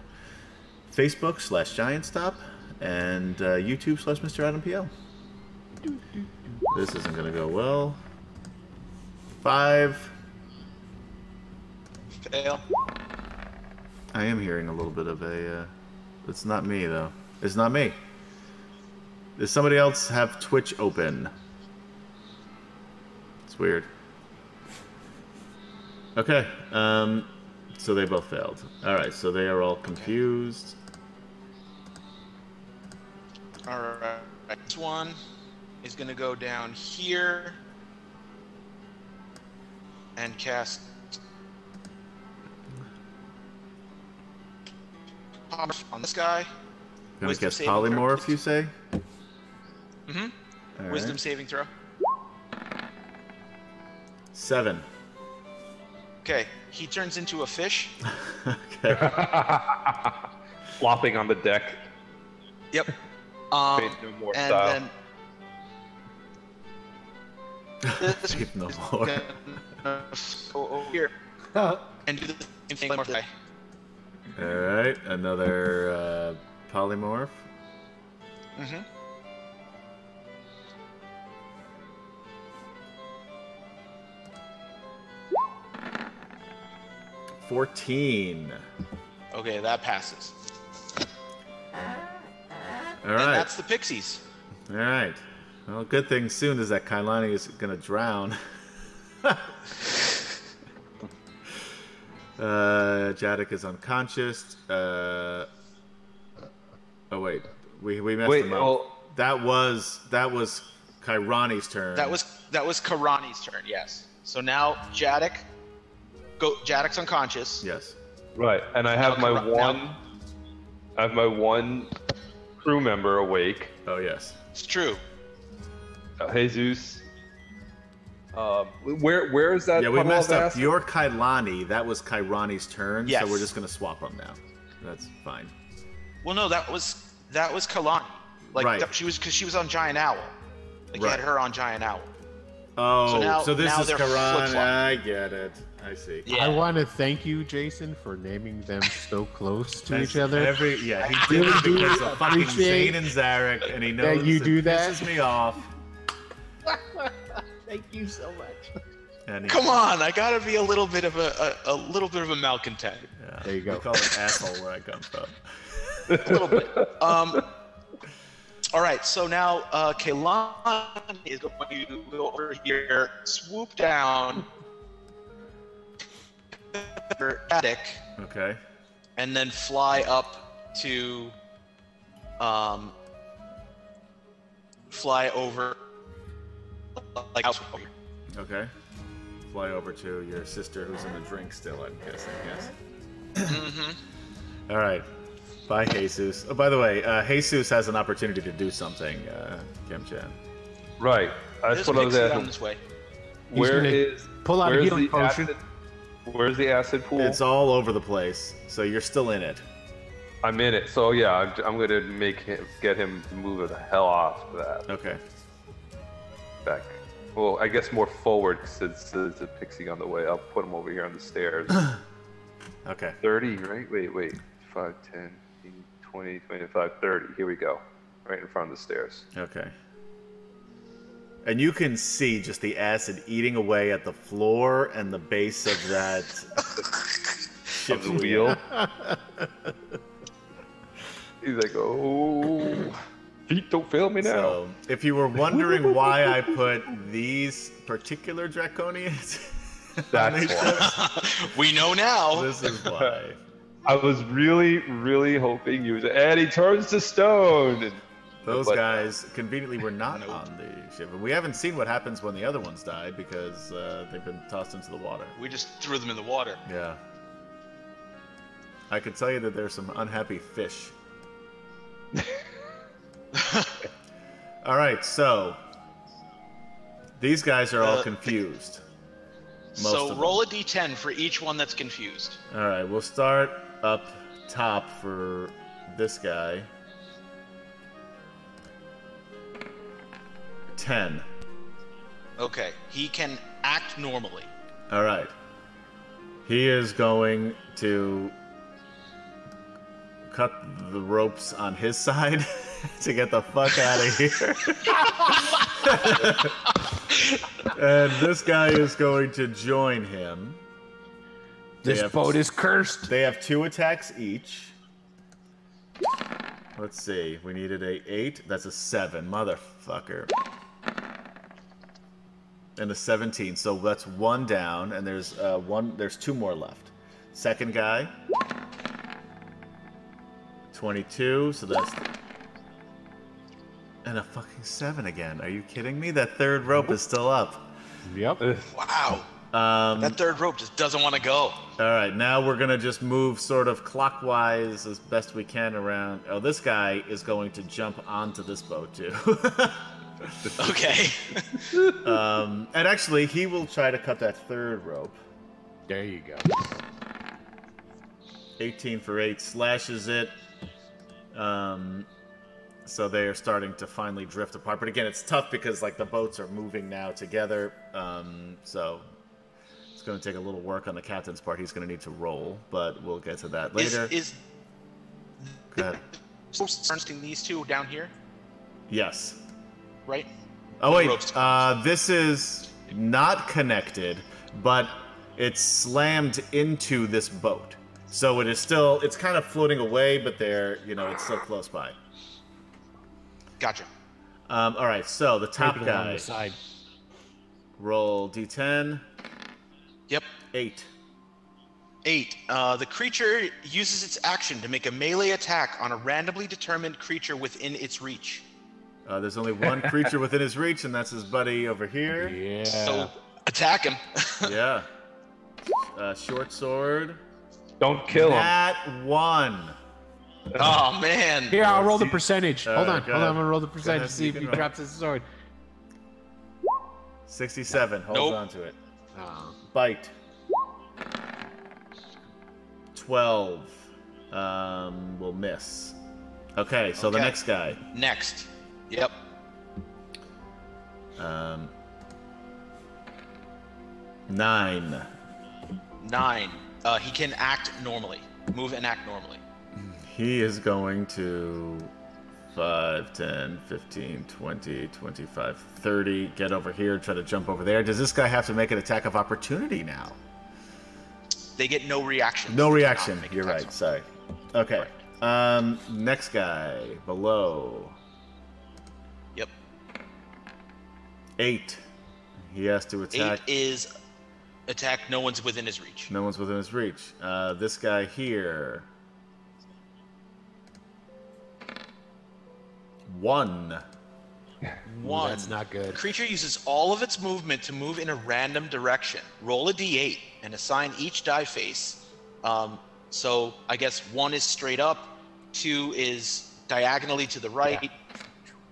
B: Facebook slash Giant Stop, and uh, YouTube slash Mr. Adam PL. This isn't going to go well. Five.
D: Fail.
B: I am hearing a little bit of a. Uh, it's not me, though. It's not me. Does somebody else have Twitch open? It's weird. Okay, um, so they both failed. All right, so they are all confused.
D: All right. This one is going to go down here and cast. On this guy.
B: Gonna
D: Wisdom
B: guess
D: saving
B: polymorph,
D: throw.
B: you say?
D: Mm-hmm.
B: All right.
D: Wisdom saving throw.
B: Seven.
D: Okay. He turns into a fish.
B: okay.
E: Flopping on the deck.
D: Yep. Um,
E: Faith no more
D: and
E: style.
D: then. This
B: Faith no
D: is
B: more.
D: gonna go over here and do the same thing. Polymorph guy.
B: All right, another uh, polymorph.
D: Mm-hmm.
B: Fourteen.
D: Okay, that passes.
B: All
D: And
B: right.
D: that's the pixies.
B: All right. Well, good thing soon is that Kailani is going to drown. uh, Jadok is unconscious. Uh, oh wait, we we messed
E: Wait,
B: him up.
E: oh.
B: That was that was Kairani's turn.
D: That was that was Karani's turn. Yes. So now Jadok, go. Jadok's unconscious.
B: yes.
E: Right, and I have my
D: Now-
E: one. I have my one crew member awake.
B: Oh yes.
D: It's true.
E: Uh, Jesus. Um, where where is that?
B: yeah, we
E: puddle of
B: messed up.
E: acid?
B: Your Kailani. That was Kairani's turn.
D: Yes.
B: So we're just going to swap them now. That's fine.
D: Well, no, that was that was Kalani. Like
B: Right.
D: that- she was because she was on Giant Owl. Like you
B: Right.
D: had her on Giant Owl.
B: Oh, so,
D: now-
B: this
D: now
B: is
D: they're
B: Kairani.
D: flip-flop.
B: I get it. I see.
D: Yeah.
C: I want to thank you, Jason, for naming them so close to each
B: That's
C: other.
B: Every yeah, he
C: really
B: did it
C: do
B: because of fucking
C: appreciate
B: Zane and Zarek, and he
C: that
B: knows
C: you do that.
B: pisses me off.
C: thank you so much.
B: And he,
D: Come on, I gotta be a little bit of a a, a little bit of a malcontent.
B: yeah,
C: There you go.
B: We call it asshole where I come from.
D: A little bit. Um. All right, so now uh, Kalani is going to go over here, swoop down, her attic,
B: Okay.
D: and then fly up to, um, fly over, like out over here.
B: Okay. Fly over to your sister who's in the drink still, I'm guessing. Yes.
E: Mm-hmm.
B: All right. Bye, Jesus. Oh, by the way, uh, Jesus has an opportunity to do something, uh, Kim Chan.
E: Right. That's
D: There's
E: what I was
D: pixie down
E: asking.
D: this way.
C: He's
E: Where
C: gonna
E: is
C: pull out a
E: where's
C: healing
E: the
C: potion.
E: acid- where's the acid pool?
B: It's all over the place, so you're still in it.
E: I'm in it. So yeah, I'm, I'm gonna make him get him to move the hell off that
B: Okay.
E: back. Well, I guess more forward since there's a pixie on the way. I'll put him over here on the stairs.
B: Okay.
E: 30, right? Wait, wait. 5, 10, 15, 20, 25, 30. Here we go. Right in front of the stairs.
B: Okay. And you can see just the acid eating away at the floor and the base of that ship's
E: The wheel. He's like, oh, feet don't fail me now.
B: So, if you were wondering why I put these particular draconians, on
E: That's
B: these
E: why.
B: ships,
D: we know now.
B: this is why.
E: I was really, really hoping you was. And he turns to stone. And
B: Those
E: But-
B: guys conveniently were not
D: Nope.
B: on the ship. And we haven't seen what happens when the other ones die because uh, they've been tossed into the water.
D: We just threw them in the water.
B: Yeah. I can tell you that there's some unhappy fish. all right, so these guys are all
D: Uh,
B: confused. Most of
D: so
B: them.
D: roll a d10 for each one that's confused.
B: All right, we'll start up top for this guy. 10.
D: Okay, he can act normally.
B: All right. He is going to cut the ropes on his side to get the fuck out of here. and this guy is going to join him.
C: This
B: Yeah.
C: boat is cursed.
B: They have two attacks each. Let's see. We needed a eight. That's a seven, motherfucker. And a seventeen. So that's one down, and there's uh, one. There's two more left. Second guy. Twenty-two. So that's. And a fucking seven again. Are you kidding me? That third rope is still up.
C: Yep.
D: Wow,
B: Um,
D: that third rope just doesn't want to go.
B: All right, now we're gonna just move sort of clockwise as best we can around. Oh, this guy is going to jump onto this boat too.
D: Okay,
B: um, and actually, he will try to cut that third rope.
C: There you go.
B: 18 for 8 slashes it. Um, so they are starting to finally drift apart. But again, it's tough because like the boats are moving now together. Um, so it's going to take a little work on the captain's part. He's going to need to roll, but we'll get to that
D: is
B: later.
D: is
B: Go ahead.
D: Ernsting these two down here,
B: Yes.
D: right?
B: Oh
D: ropes
B: wait, uh, this is not connected, but it's slammed into this boat, so it is still. It's kind of floating away, but they're you know it's still close by.
D: Gotcha.
B: Um, all right, so the top
C: Tape it along
B: guy
C: the side.
B: roll d10,
D: Yep.
B: eight.
D: Eight. Uh, the creature uses its action to make a melee attack on a randomly determined creature within its reach.
B: Uh, there's only one creature within his reach, and that's his buddy over here.
C: Yeah.
D: So attack him.
B: Yeah. Uh, short sword.
E: Don't kill him.
B: That one.
D: oh man.
C: Here, I'll roll the
B: you-
C: percentage.
B: Uh,
C: hold on,
B: go
C: hold on.
B: ahead.
C: I'm gonna roll the
B: ahead,
C: percentage to see
B: you
C: if
B: can
C: he
B: roll.
C: drops his sword.
B: 67. Hold
D: Nope.
B: on to it.
C: Oh,
B: Bite. 12. Um, will miss. Okay, so the
D: Okay.
B: next guy.
D: Next. Yep.
B: Um, nine.
D: Nine. Uh, he can act normally. Move and act normally.
B: He is going to 5, 10, 15, 20, 25, 30. Get over here, try to jump over there. Does this guy have to make an attack of opportunity now?
D: They get no reaction.
B: No reaction. You're right. Sorry. Okay. Um, next guy below.
D: Yep.
B: Eight. He has to attack.
D: Eight is attack. No one's within his reach.
B: No one's within his reach. Uh, this guy here. One.
D: One.
C: that's not
D: The
C: good.
D: creature uses all of its movement to move in a random direction. Roll a d8 and assign each die face. Um, so I guess one is straight up, two is diagonally to the right,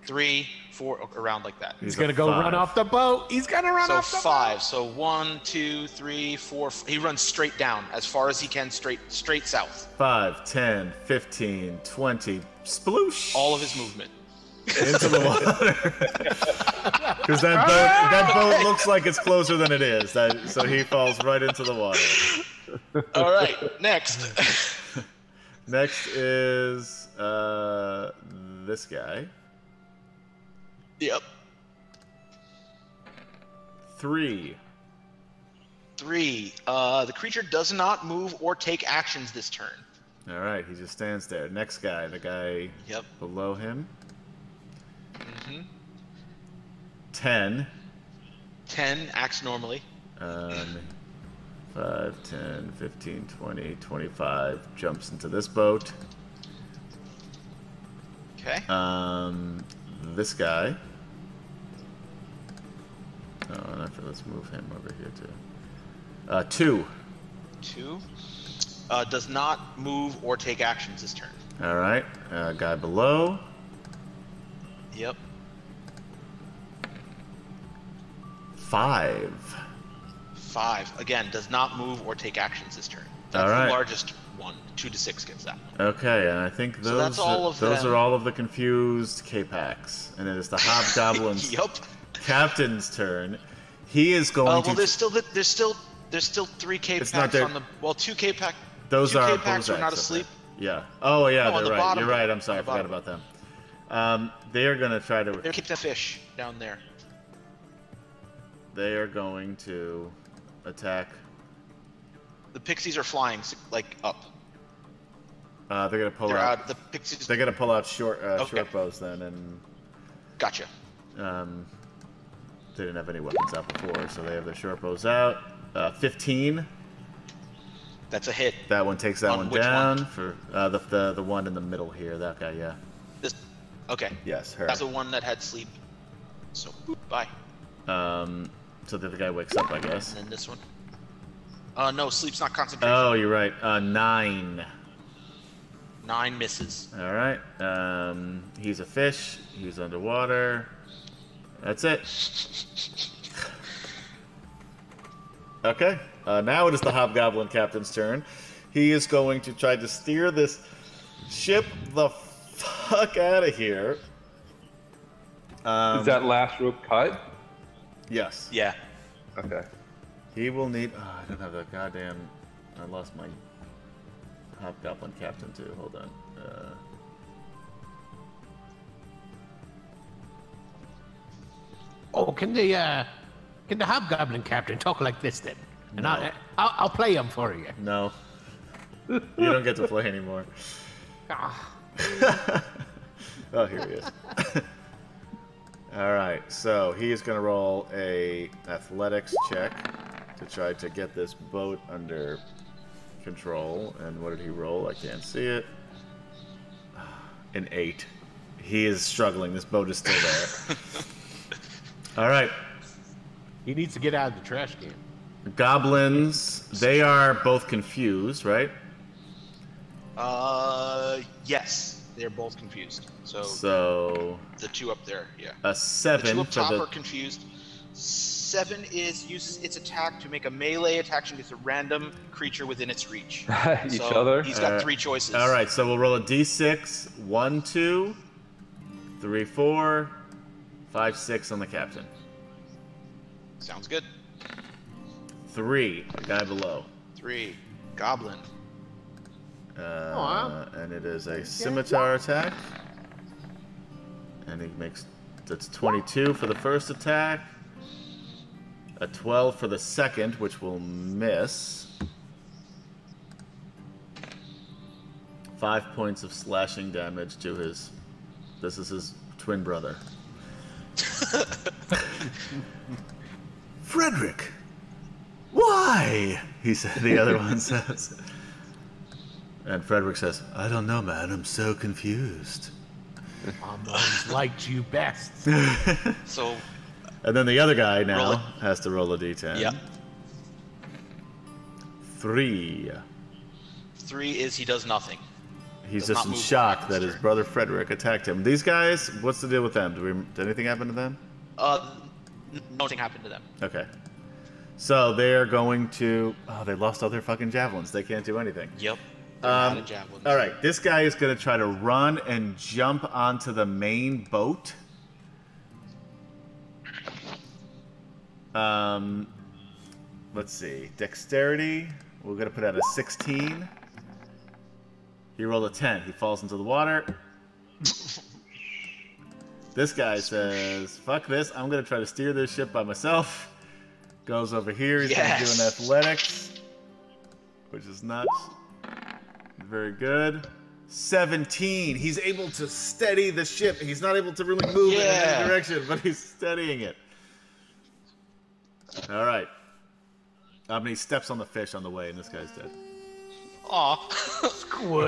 D: three, four around like that.
C: He's gonna go run off the boat. He's gonna run
D: So
C: off the
D: five. So one, two, three, four. f- He runs straight down as far as he can, straight straight south.
B: 5, 10, 15, 20. Sploosh!
D: All of his movement.
B: into the water. Because that boat, that boat looks like it's closer than it is. That, so he falls right into the water.
D: All right, next.
B: Next is uh, this guy.
D: yep.
B: Three.
D: Three. Uh, the creature does not move or take actions this turn.
B: All right, he just stands there. Next guy, the guy
D: Yep.
B: below him.
D: hmm
B: Ten.
D: Ten acts normally.
B: Um, 5, 10, 15, 20, 25. Jumps into this boat.
D: Okay.
B: Um, this guy. Oh, and I forgot. Let's move him over here too. Uh, two.
D: Two. Uh, does not move or take actions this turn.
B: All right. Uh, guy below.
D: Yep.
B: Five.
D: Five. Again, does not move or take actions this turn. That's
B: All right.
D: the largest one. Two to six gets that one.
B: Okay, and I think those
D: So that's all of
B: those
D: them.
B: are all of the confused K-packs, and it is the Hobgoblin's
D: Yep.
B: captain's turn. He is going
D: Uh,
B: to.
D: well, there's still the, there's still there's still three K
B: It's
D: packs
B: not there.
D: on the well two K pack.
B: Those
D: two
B: are
D: K packs are
B: Bozaks
D: not
B: up
D: asleep.
B: there. Yeah. Oh yeah,
D: No, on
B: they're
D: the
B: right.
D: bottom
B: You're
D: of it.
B: right. I'm sorry, I
D: On the
B: forgot
D: bottom.
B: about them. Um, they are gonna try to.
D: They're keeping the fish down there.
B: They are going to attack.
D: The pixies are flying s- like up.
B: Uh, they're gonna pull
D: They're
B: out.
D: out. The pixies.
B: They're gonna pull out short uh,
D: Okay.
B: short bows then, and
D: Gotcha.
B: um, they didn't have any weapons out before, so they have their short bows out. Uh, Fifteen.
D: That's a hit.
B: That one takes that
D: On
B: one
D: which
B: down
D: one?
B: for uh, the, the the one in the middle here. That guy, yeah.
D: This. Okay.
B: Yes, her.
D: That's the one that had sleep. So bye.
B: Um, so the other guy wakes up, I guess.
D: And then this one. Uh no, sleep's not concentration.
B: Oh, you're right. Uh, nine. Oh.
D: Nine misses.
B: All right. Um, he's a fish. He's underwater. That's it. Okay. Uh, now it is the hobgoblin captain's turn. He is going to try to steer this ship the fuck out of here. Um,
E: Is that last rope cut?
B: yes.
D: Yeah.
E: Okay.
B: He will need. Oh, I don't have that goddamn. I lost my hobgoblin captain too. Hold on. Uh,
C: Oh, can the uh, can the hobgoblin captain talk like this then? And I'll, I'll I'll play him for you.
B: no. you don't get to play anymore.
C: Ah,
B: Oh, here he is. All right, so he is going to roll a athletics check to try to get this boat under control. And what did he roll? I can't see it. An eight. He is struggling. This boat is still there. All right,
C: he needs to get out of the trash can.
B: goblins. They are both confused, right?
D: Uh yes. They're both confused. So,
B: So
D: the two up there, yeah.
B: a
D: the two
B: seven
D: up
B: for
D: top are
B: the.
D: confused. Seven is uses its attack to make a melee attack against a random creature within its reach.
E: Each
D: So
E: other.
D: He's got
B: Uh,
D: three choices.
B: All right, so we'll roll a d6. One, two, three, four, five, six on the captain.
D: Sounds good.
B: Three, the guy below.
D: Three. Goblin.
B: Uh, and it is a scimitar attack. And he makes that's 22 for the first attack, a 12 for the second, which will miss. Five points of slashing damage to his. This is his twin brother. Frederick, why? He said. The other one says. And Frederick says, I don't know, man. I'm so confused.
C: Mom always liked you best.
D: So
B: And then the other guy
D: Roll
B: now
D: it.
B: has to roll a d10.
D: yeah.
B: Three.
D: Three is he does nothing.
B: He's
D: Does not
B: just in
D: move
B: shock
D: back,
B: that his
D: sir.
B: brother Frederick attacked him. These guys, what's the deal with them? Do we, did anything happen to them?
D: Uh, n- nothing happened to them.
B: Okay. So they're going to. Oh, they lost all their fucking javelins. They can't do anything.
D: Yep. They're out
B: Um,
D: of javelins.
B: all right, this guy is going to try to run and jump onto the main boat. Um, let's see. Dexterity. We're going to put out a 16. He rolled a 10. He falls into the water. This guy says, fuck this. I'm going to try to steer this ship by myself. Goes over here. He's
D: Yes.
B: going to do an athletics, which is nuts. Very good. 17. He's able to steady the ship. He's not able to really move it in
D: Yeah.
B: any direction, but he's steadying it. All right. I mean, he steps on the fish on the way, and this guy's dead.
D: Aw.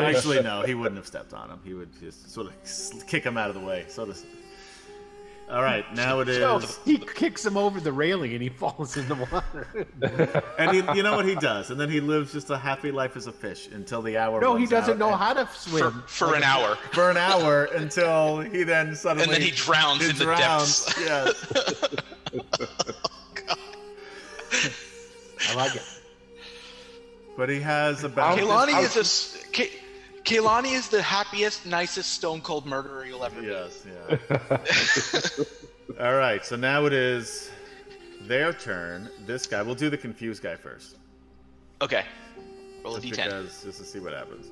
B: Actually, no, he wouldn't have stepped on him. He would just sort of s- kick him out of the way. So does. All right, now it
C: So
B: is,
C: he kicks him over the railing and he falls in the water.
B: and he, you know what he does, and then he lives just a happy life as a fish until the hour.
C: No, he
B: runs out
C: doesn't know
B: and-
C: how to
D: for,
C: swim.
D: for an hour.
B: for an hour until he then suddenly
D: And then he drowns in the depths.
B: Yeah.
C: I like it.
B: But he has about
D: Kaylani is the s- Kay- Kaylani is the happiest, nicest stone cold murderer you'll ever meet.
B: Yes, yeah. All right, so now it is their turn. This guy, we'll do the confused guy first.
D: Okay. Roll a
B: Just
D: d10.
B: because, just to see what happens.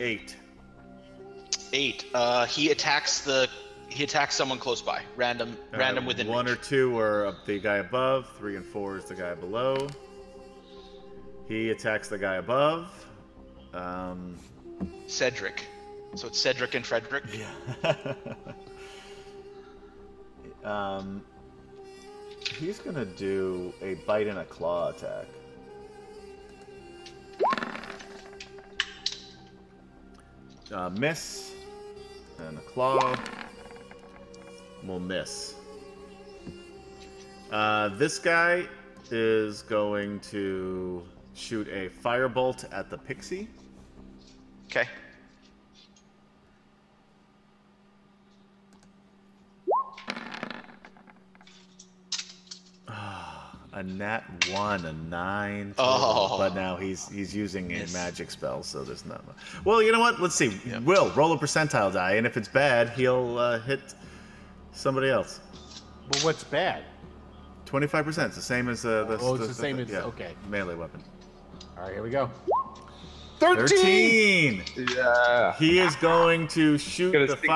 B: Eight.
D: Eight. Uh, he attacks the. He attacks someone close by. Random.
B: All
D: random
B: right,
D: within.
B: Uh, One
D: reach.
B: or two are up the guy above, three and four is the guy below. He attacks the guy above. Um,
D: Cedric. So it's Cedric and Frederick.
B: um, he's gonna do a bite and a claw attack. Uh, miss and a claw will miss. Uh, this guy is going to shoot a firebolt at the pixie.
D: Okay.
B: A nat one, a nine.
D: Oh.
B: But now he's he's using a
D: Miss.
B: magic spell, so there's not. mu- Well, you know what? Let's see. Will roll a percentile die, and if it's bad, he'll uh, hit somebody else.
C: But what's bad?
B: Twenty-five percent. It's the same as uh, the.
C: Oh, it's the same as-
B: yeah,
C: okay.
B: Melee weapon.
C: All right, here we go. 13!
B: Thirteen.
E: Yeah.
B: He is going to shoot
E: Gonna
B: the
E: stick the bow.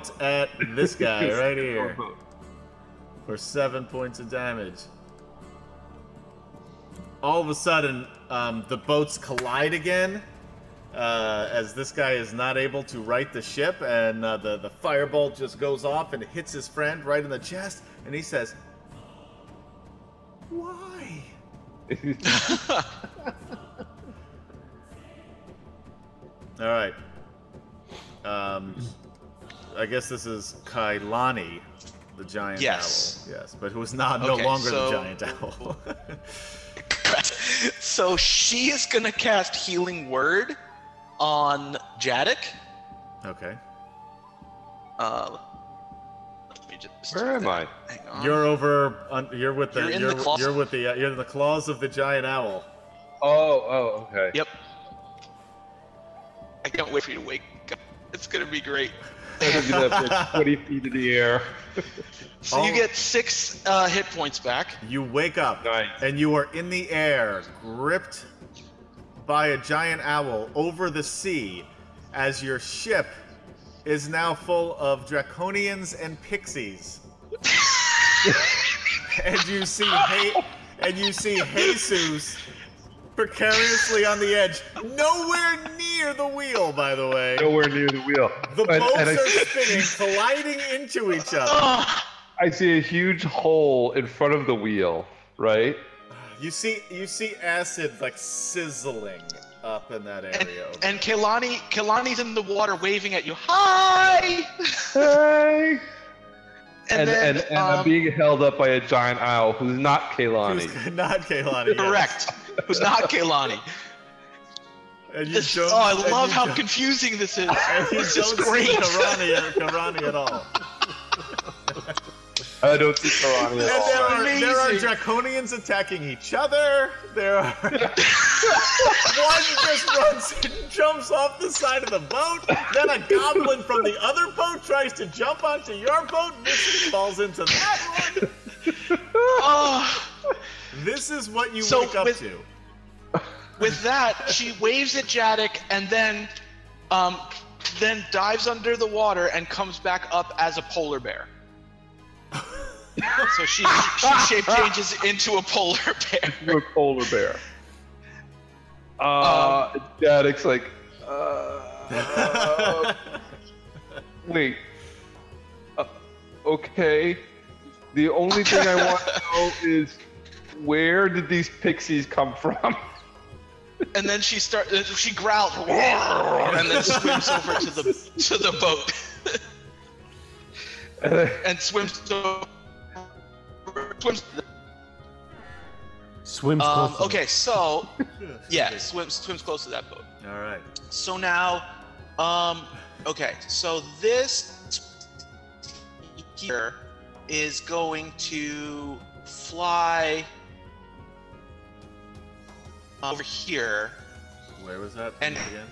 B: firebolt at this guy right here for seven points of damage. All of a sudden, um, the boats collide again uh, as this guy is not able to right the ship, and uh, the, the firebolt just goes off and hits his friend right in the chest, and he says, Why? All right. Um, I guess this is Kailani, the giant
D: Yes.
B: owl. Yes, but who's not no
D: Okay,
B: longer the
D: so-
B: giant owl.
D: so she is gonna cast Healing Word on Jaddick.
B: okay.
D: Uh, let me just
E: Where am I?
D: hang on.
B: You're over. Un, you're with the.
D: You're in
B: you're,
D: the claws-
B: you're with the. Uh, you're in the claws of the giant owl.
E: Oh, oh, okay.
D: Yep. I can't wait for you to wake up. It's gonna be great.
E: He's gonna have to 20 feet in the air.
D: So
B: Oh.
D: you get six uh, hit points back.
B: You wake up
E: Nice.
B: and you are in the air, gripped by a giant owl over the sea, as your ship is now full of draconians and pixies. and you see, hey, and you see Jesus precariously on the edge, nowhere near the wheel, by the way.
E: Nowhere near the wheel.
B: The
E: And-
B: boats
E: and I-
B: are spinning, colliding into each
D: Oh.
B: other.
E: I see a huge hole in front of the wheel, right?
B: You see, you see acid like sizzling up in that
D: And,
B: area. over
D: and Kelani, Kelani's in the water waving at you. Hi!
E: Hey!
D: And,
E: And, and,
D: then,
E: and,
D: um,
E: I'm being held up by a giant owl who's not
B: there.
E: Kaylani.
B: Who's- not Kaylani. yes.
D: correct. It was not Kelani.
B: And you
D: This,
B: don't-
D: oh, I
B: and you
D: love how
B: don't-
D: confusing this is.
B: and you
D: this is
B: don't see
D: great.
B: Karani, at- Karani at all.
E: I don't see Karani
B: And there
E: at all.
B: are, there are
D: amazing.
B: draconians attacking each other. There are one just runs and jumps off the side of the boat. Then a goblin from the other boat tries to jump onto your boat. Misty falls into that one.
D: Oh,
B: This is what you
D: So
B: wake up
D: with-
B: to.
D: with that, she waves at Jaddick and then, um, then dives under the water and comes back up as a polar bear. so she she shape changes into a polar bear.
E: You're a polar bear. Uh,
D: Um,
E: Daddick's like, uh, wait. Uh, okay. The only thing I want to know is where did these pixies come from?
D: And then she start uh, she growls and then swims over to the to the boat
E: And then-
D: and swims over swims
C: Swims
D: um,
C: close.
D: okay so yeah swims swims close to that boat
B: All right.
D: so now um okay so this here is going to fly over here
B: Where was that
D: And-
B: again?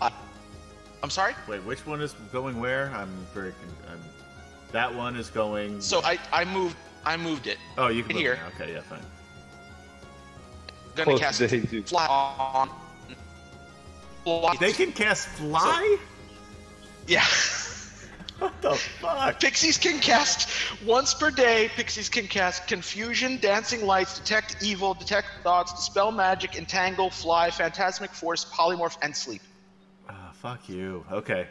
D: i'm sorry
B: Wait, which one is going where? I'm very. Con- I'm. That one is going.
D: so i i moved i moved it
B: Oh, you can move
D: here.
B: now. Okay, yeah, fine.
D: gonna
E: Close
D: cast
E: to Jesus.
D: fly on. Fly.
B: They can cast fly.
D: yeah.
B: what the fuck?
D: Pixies can cast once per day. Pixies can cast confusion, dancing lights, detect evil, detect thoughts, dispel magic, entangle, fly, phantasmic force, polymorph, and sleep.
B: Ah, fuck you. Okay.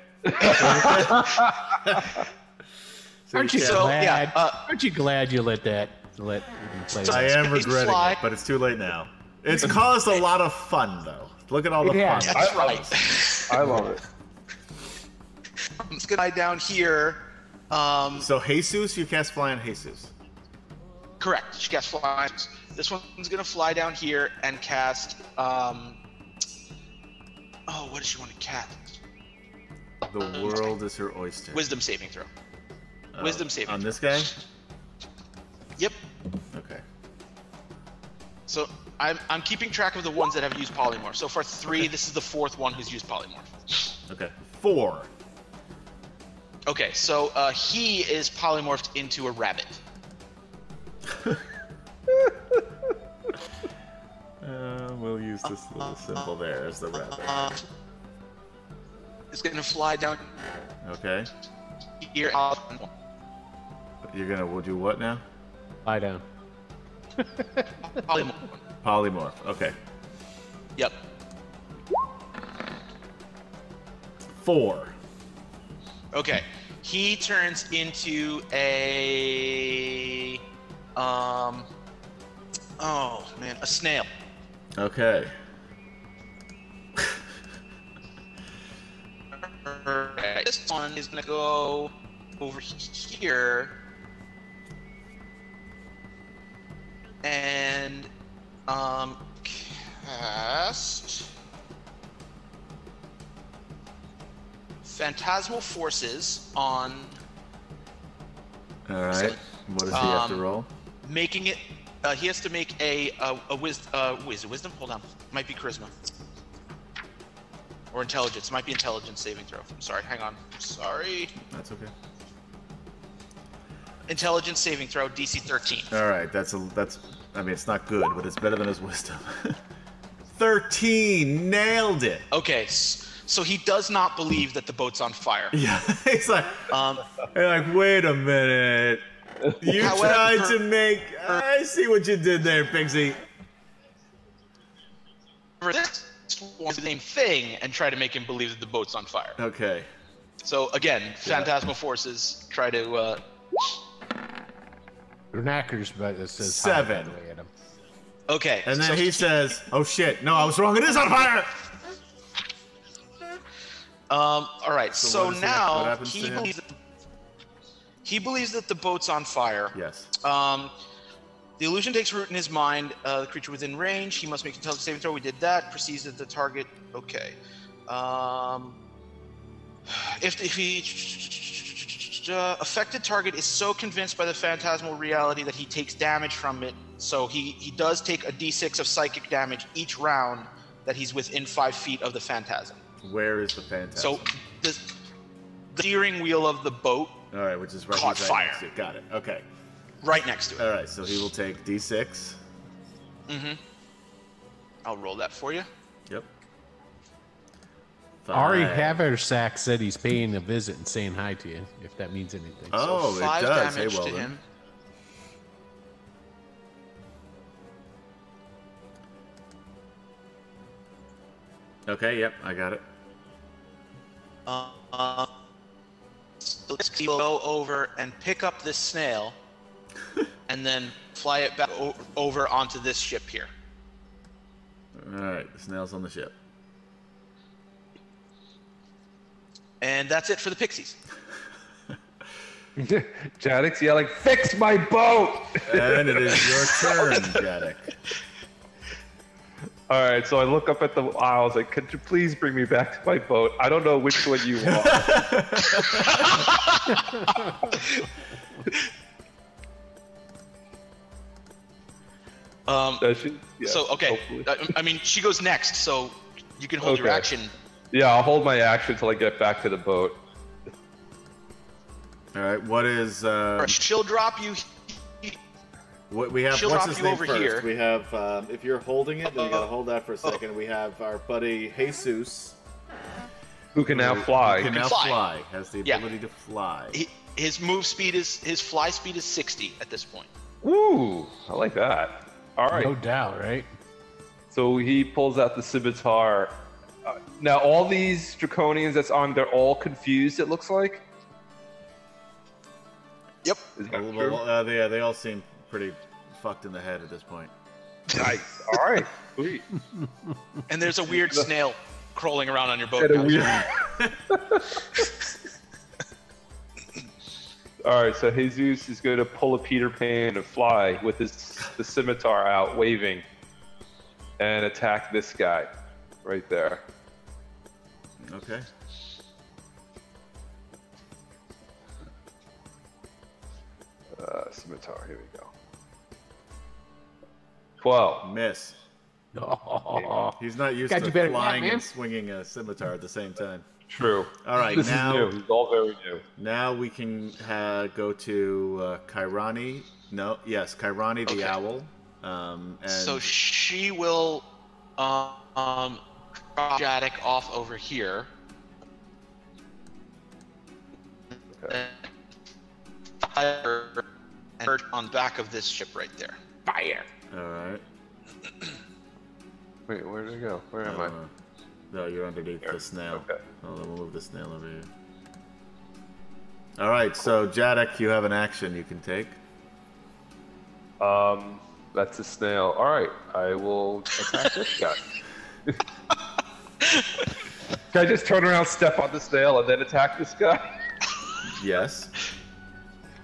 C: Aren't you
D: So,
C: glad?
D: yeah, uh,
C: aren't you glad you let that let him play?
D: So-
B: I am
D: Space
B: regretting
D: fly.
B: it, but it's too late now. It's caused a lot of fun, though. Look at all the
C: It has.
B: fun.
D: That's
E: I-
D: right.
E: I love it.
D: I'm just gonna die down here. Um,
B: So Jesus, you cast fly on Jesus.
D: correct. She casts fly. This one's gonna fly down here and cast. Um, oh, what does she want to cast?
B: The world is her oyster.
D: Wisdom saving throw.
B: Uh,
D: wisdom saving
B: on this guy.
D: Yep.
B: Okay.
D: So I'm, I'm keeping track of the ones that have used polymorph. So far, three. This is the fourth one who's used polymorph.
B: Okay. Four.
D: Okay, so uh, he is polymorphed into a rabbit.
B: Uh, we'll use this little symbol there as the rabbit.
D: Uh, it's gonna fly down
B: Okay.
D: here.
B: You're gonna we'll do what now?
C: Lie down.
D: Polymorph.
B: Polymorph. Okay.
D: Yep.
B: Four.
D: Okay. He turns into a um. Oh man, a snail.
B: Okay.
D: Alright, This one is gonna go over here. And um cast Phantasmal Forces on
B: All right. What does he have to
D: Um,
B: roll?
D: making it uh, he has to make a a, a wis- uh wiz wisdom hold on might be charisma or intelligence might be intelligence saving throw I'm sorry hang on sorry
B: That's okay.
D: Intelligence saving throw, DC 13.
B: All right, that's a that's. I mean, it's not good, but it's better than his wisdom. Thirteen, nailed it.
D: Okay, s- so he does not believe that the boat's on fire.
B: Yeah, it's like,
D: Um,
B: you're like, wait a minute. You
D: However-
B: tried to make. I see what you did there, Pixie.
D: for this one's the same thing and try to make him believe that the boat's on fire.
B: Okay.
D: So again, phantasmal forces try to. Uh,
C: Knackers, but it says
B: Seven.
C: hi, by the way, Adam.
D: okay,
B: And
D: so
B: then he says, "Oh shit! No, I was wrong. It is on fire."
D: Um, all right, so,
B: what is it? What
D: now
B: happens to
D: he
B: him?
D: Uh, believes that he believes that the boat's on fire.
B: Yes.
D: Um, The illusion takes root in his mind. Uh, the creature within range. He must make a saving throw. We did that. Proceeds at the target. Okay. Um, if, if he uh, affected target is so convinced by the phantasmal reality that he takes damage from it, so he he does take a d6 of psychic damage each round that he's within five feet of the phantasm.
B: Where is the phantasm?
D: So the, the steering wheel of the boat
B: all right, which is right.
D: Caught
B: he's right
D: fire.
B: next to it. Got it. Okay.
D: right next to it.
B: All right. So he will take d6.
D: I'll roll that for you.
B: Yep.
C: Ari
B: Five.
C: Haversack said he's paying a visit and saying hi to you, if that means anything.
B: Oh,
D: so five
B: it does.
D: damage
B: hey, well
D: to
B: then.
D: him.
B: Okay. Yep. I got it.
D: Uh, uh, so he will go over and pick up this snail, and then fly it back o- over onto this ship here.
B: All right. The snail's on the ship.
D: And that's it for the pixies.
E: Jadix yelling, "Fix my boat!"
B: And it is your turn, Jadak.
E: All right, so I look up at the aisles. Like, could you please bring me back to my boat? I don't know which one you want.
D: Um,
E: Does she? Yeah,
D: so okay,
E: hopefully.
D: I, I mean she goes next, so you can hold your
E: Okay.
D: action.
E: yeah, I'll hold my action until I get back to the boat.
B: All right. What is? Uh,
D: Or she'll drop you.
B: what we have?
D: she'll
B: what's
D: drop
B: his
D: you
B: name
D: over
B: first?
D: here. Oh.
B: We have. Um, if you're holding it, then you gotta hold that for a second. We have our buddy Jesus.
E: Who can now
B: who
E: fly?
B: Can now
D: fly.
B: fly. Has the
D: Yeah.
B: ability to fly.
D: He, his move speed is his fly speed is 60 at this point.
E: Woo! I like that. All right.
C: No doubt, right?
E: So he pulls out the scimitar. Uh, now all these draconians that's on, they're all confused. It looks like.
D: Yep.
E: Is that
B: Well, well,
E: true?
B: uh, they, yeah, they all seem pretty fucked in the head at this point.
E: Nice. All right. Sweet.
D: And there's a weird snail crawling around on your boat.
E: Had a
D: now.
E: weird- All right, so Jesus is going to pull a Peter Pan and fly with his the scimitar out, waving, and attack this guy right there.
B: Okay.
E: Uh, scimitar. Here we go. Twelve.
B: Miss.
C: Oh,
B: He's not used
C: God,
B: to
C: you better-
B: flying
C: yeah, man.
B: and swinging a scimitar at the same time.
E: True.
B: All right,
E: This
B: now-
E: is new. He's all very new.
B: Now we can uh, go to uh, Kairani. No, yes, Kairani the
D: Okay.
B: owl. Um, and
D: So she will um, um drop Jaddick off over here.
E: Okay.
D: Fire and perch on back of this ship right there. Fire.
B: all right.
E: Wait, where did I go? Where am I?
B: Uh, no, you're underneath the snail.
E: Okay.
B: Hold on, we'll move the snail over here. All right, so Jadak, you have an action you can take.
E: Um, that's a snail. All right, I will attack this guy. Can I just turn around, step on the snail, and then attack this guy?
B: Yes.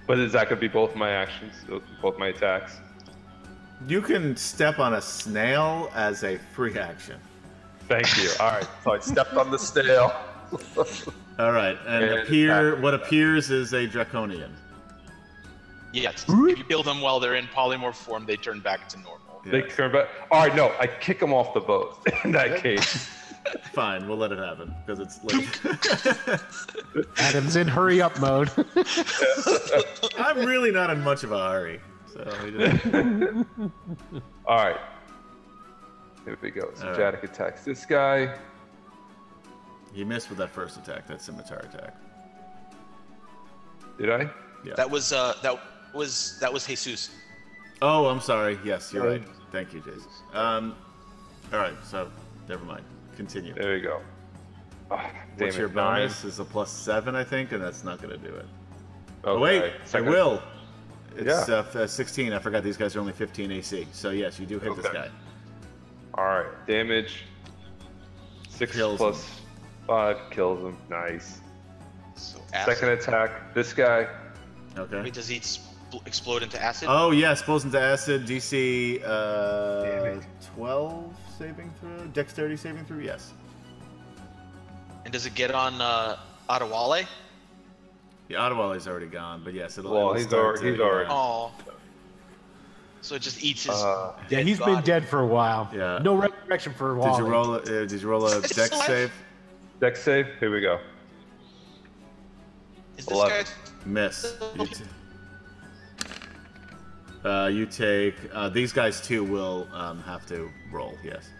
E: But is that gonna be both my actions, both my attacks?
B: You can step on a snail as a free action.
E: Thank you. All right, so I stepped on the snail.
B: All right, and
E: And
B: appear
E: attack.
B: what appears is a draconian.
D: Yes. If you kill them while they're in polymorph form, they turn back to normal.
E: They
B: Yeah,
E: turn back. All right, no, I kick him off the boat. In that case,
B: fine, we'll let it happen because it's late.
C: Adam's in hurry up mode.
B: I'm really not in much of a hurry, so we just,
E: all right. Here we go. So
B: All right.
E: Jadak attacks this guy.
B: he missed with that first attack, that scimitar attack.
E: Did I?
B: Yeah.
D: That was uh that was that was Jesus.
B: oh, I'm sorry. Yes, you're right.
E: Um,
B: Thank you, Jason. Um, all right, so never mind. Continue.
E: There you go. Ah, damn
B: What's
E: it,
B: your
E: nine.
B: bonus? Is a plus seven, I think, and that's not going to do it. Oh,
E: Okay,
B: wait,
E: second-
B: I will. It's
E: Yeah.
B: uh, f- uh, 16. I forgot these guys are only 15 AC. So yes, you do hit this
E: Okay.
B: guy.
E: All right, damage. Six
B: Kills
E: plus five kills him. Nice.
D: So
E: Second attack. This guy.
B: Okay.
D: Wait, does he s- bl- explode into acid.
B: Oh yeah, explodes into acid. DC uh,
E: Damn it.
B: twelve saving throw, dexterity saving throw. Yes.
D: and does it get on uh, Adewale?
B: Yeah, Ottawale's already gone, but yes, it'll.
E: Well,
B: it'll
E: he's
B: start
E: alre-
B: to- uh,
E: he's already-
D: Oh. So it just eats his.
E: Uh,
C: Yeah, he's been
D: body.
C: dead for a while.
B: Yeah.
C: No resurrection for a while.
B: Did you roll? A, uh, did you roll a
D: It's
B: dex
D: like-
B: save?
E: deck save. Here we go.
D: is this guy?
E: eleven.
B: Miss. You t- uh, you take uh, these guys too will um, have to roll. Yes.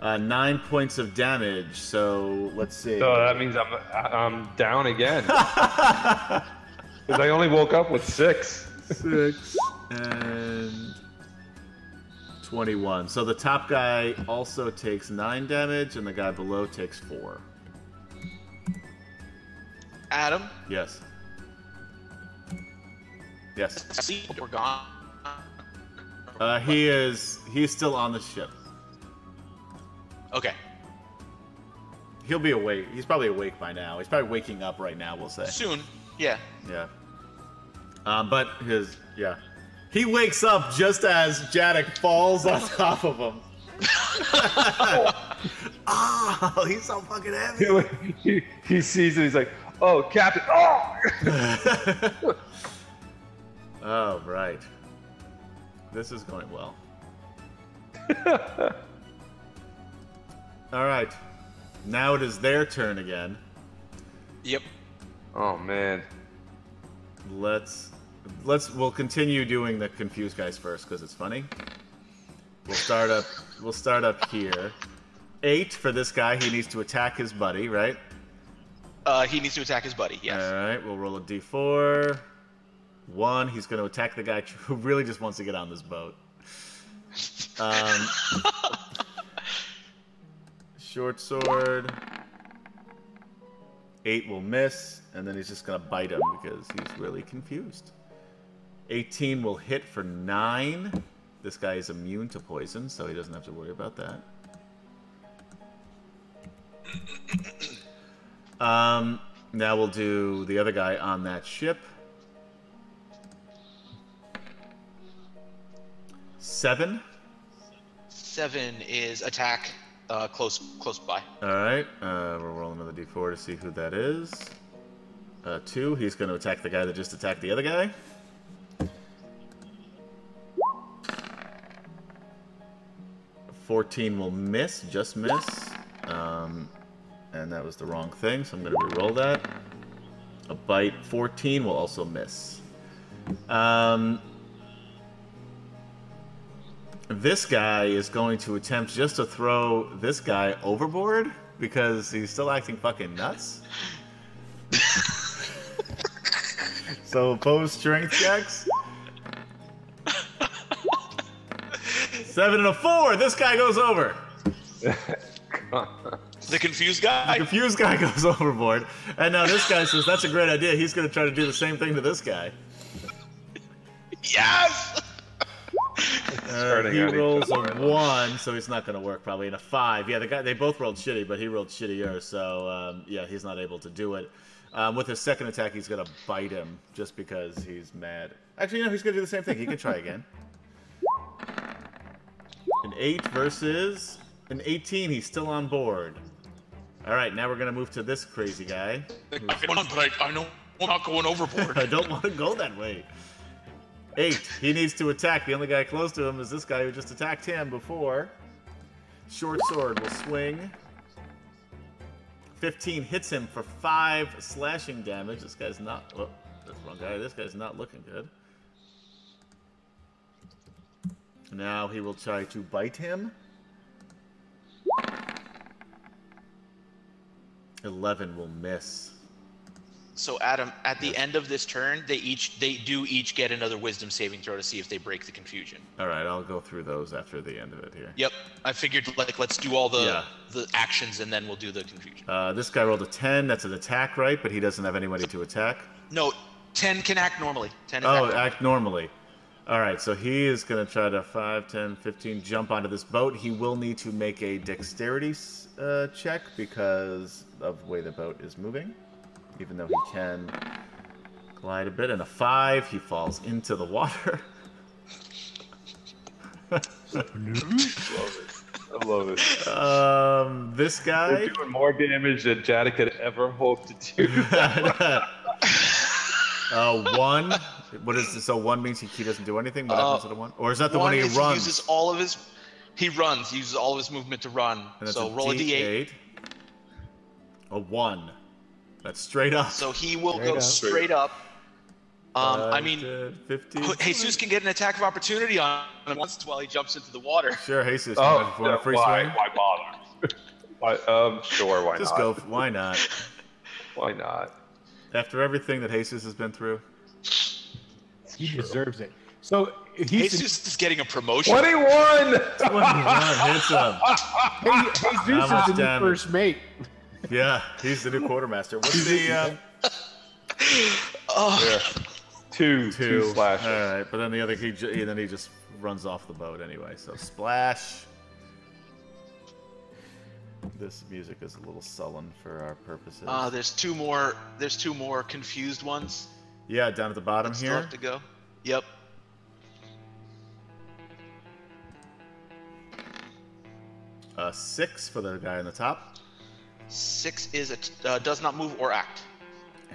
B: Uh, nine points of damage. So let's see.
E: So that means I'm I'm down again. Because I only woke up with six.
B: six and 21 so the top guy also takes nine damage and the guy below takes four
D: Adam,
B: yes yes
D: see, we're gone.
B: uh, he is he's still on the ship
D: Okay.
B: he'll be awake he's probably awake by now he's probably waking up right now we'll say
D: Soon. Yeah.
B: yeah um, but his yeah he wakes up just as Jadok falls on top of him oh he's so fucking heavy
E: He, he, he sees it. He's like, "Oh, Captain! Oh,
B: oh, right. This is going well. All right. Now it is their turn again.
D: Yep.
E: oh man!
B: Let's let's we'll continue doing the confused guys first because it's funny. We'll start up we'll start up here. 8 for this guy. He needs to attack his buddy, right?
D: Uh, he needs to attack his buddy. Yes.
B: All right, we'll roll a d4. One, he's going to attack the guy who really just wants to get on this boat. Um, short sword. Eight will miss, and then he's just going to bite him because he's really confused. 18 will hit for nine. This guy is immune to poison, so he doesn't have to worry about that. Um, now we'll do the other guy on that ship. Seven.
D: Seven is attack uh, close close by.
B: All right. Uh, we'll roll another d4 to see who that is. Uh, two. He's going to attack the guy that just attacked the other guy. Fourteen will miss, just miss. Um, and that was the wrong thing, so I'm going to re-roll that. A bite. Fourteen will also miss. Um, this guy is going to attempt just to throw this guy overboard because he's still acting fucking nuts. so opposed strength checks. Seven and a four. This guy goes over.
D: The confused guy.
B: The confused guy goes overboard. And now this guy says, that's a great idea. He's going to try to do the same thing to this guy.
D: Yes.
B: Uh, he
E: out each
B: rolls a
E: other.
B: one, so he's not going to work probably. And a five. Yeah, the guy they both rolled shitty, but he rolled shittier, so um, yeah, he's not able to do it. Um, with his second attack, he's going to bite him just because he's mad. Actually, no, he's going to do the same thing. He can try again. An eight versus an eighteen. He's still on board. All right, now we're going to move to this crazy guy.
D: I went on, but I, I know I'm not going
B: I
D: overboard.
B: don't want to go that way. Eight. He needs to attack. The only guy close to him is this guy who just attacked him before. Short sword will swing. 15 hits him for five slashing damage. This guy's not. Oh, that's the wrong guy. This guy's not looking good. Now he will try to bite him. 11 will miss.
D: so Adam, at the end of this turn, they each they do each get another Wisdom saving throw to see if they break the confusion.
B: All right, I'll go through those after the end of it here.
D: Yep. I figured like let's do all the
B: Yeah.
D: the actions and then we'll do the confusion.
B: Uh, this guy rolled a 10. That's an attack, right? But he doesn't have anybody to attack.
D: No, ten can act normally. Ten.
B: Oh,
D: is act-
B: act normally. All right, so he is going to try to 5, 10, 15 jump onto this boat. He will need to make a dexterity s- uh, check because of the way the boat is moving, even though he can glide a bit, and a five. He falls into the water.
E: I love it.
B: Um, this
E: They're
B: guy.
E: doing more damage than Jadak had ever hoped to do.
B: uh, one. What is this? So one means he, he doesn't do anything. What
D: Uh,
B: happens to the one? Or is that the one,
D: One
B: he
D: is
B: runs?
D: uses all of his. He runs. He uses all of his movement to run.
B: And that's
D: So roll a d8.
B: A one. That's straight up.
D: So he will
C: Straight
D: go
C: up.
D: straight up. Um, I
B: Five,
D: mean,
B: ten, fifteen.
D: Jesus can get an attack of opportunity on him once while he jumps into the water.
B: Sure, Jesus. you
E: oh,
B: want- you want a free
E: why,
B: swing?
E: why bother? why, um, sure, why
B: Just
E: not?
B: go. f- Why not?
E: Why not?
B: After everything that Jesus has been through.
C: He deserves it. So he's
D: Jesus is getting a promotion.
E: 21!
B: Wow, hits him.
C: hey, Jesus
B: How
C: is
B: much
C: the new
B: damage?
C: first mate.
B: Yeah, he's the new quartermaster. What's the uh,
D: Oh,
E: Two, two,
B: two?
E: slashes.
B: All right, but then the other he ju- yeah, then he just runs off the boat anyway. So splash. This music is a little sullen for our purposes.
D: uh, there's two more. There's two more confused ones.
B: yeah, down at the bottom
D: that still
B: here.
D: have to go. Yep.
B: Uh, six for the guy on the top,
D: Six is a t- uh, does not move or act.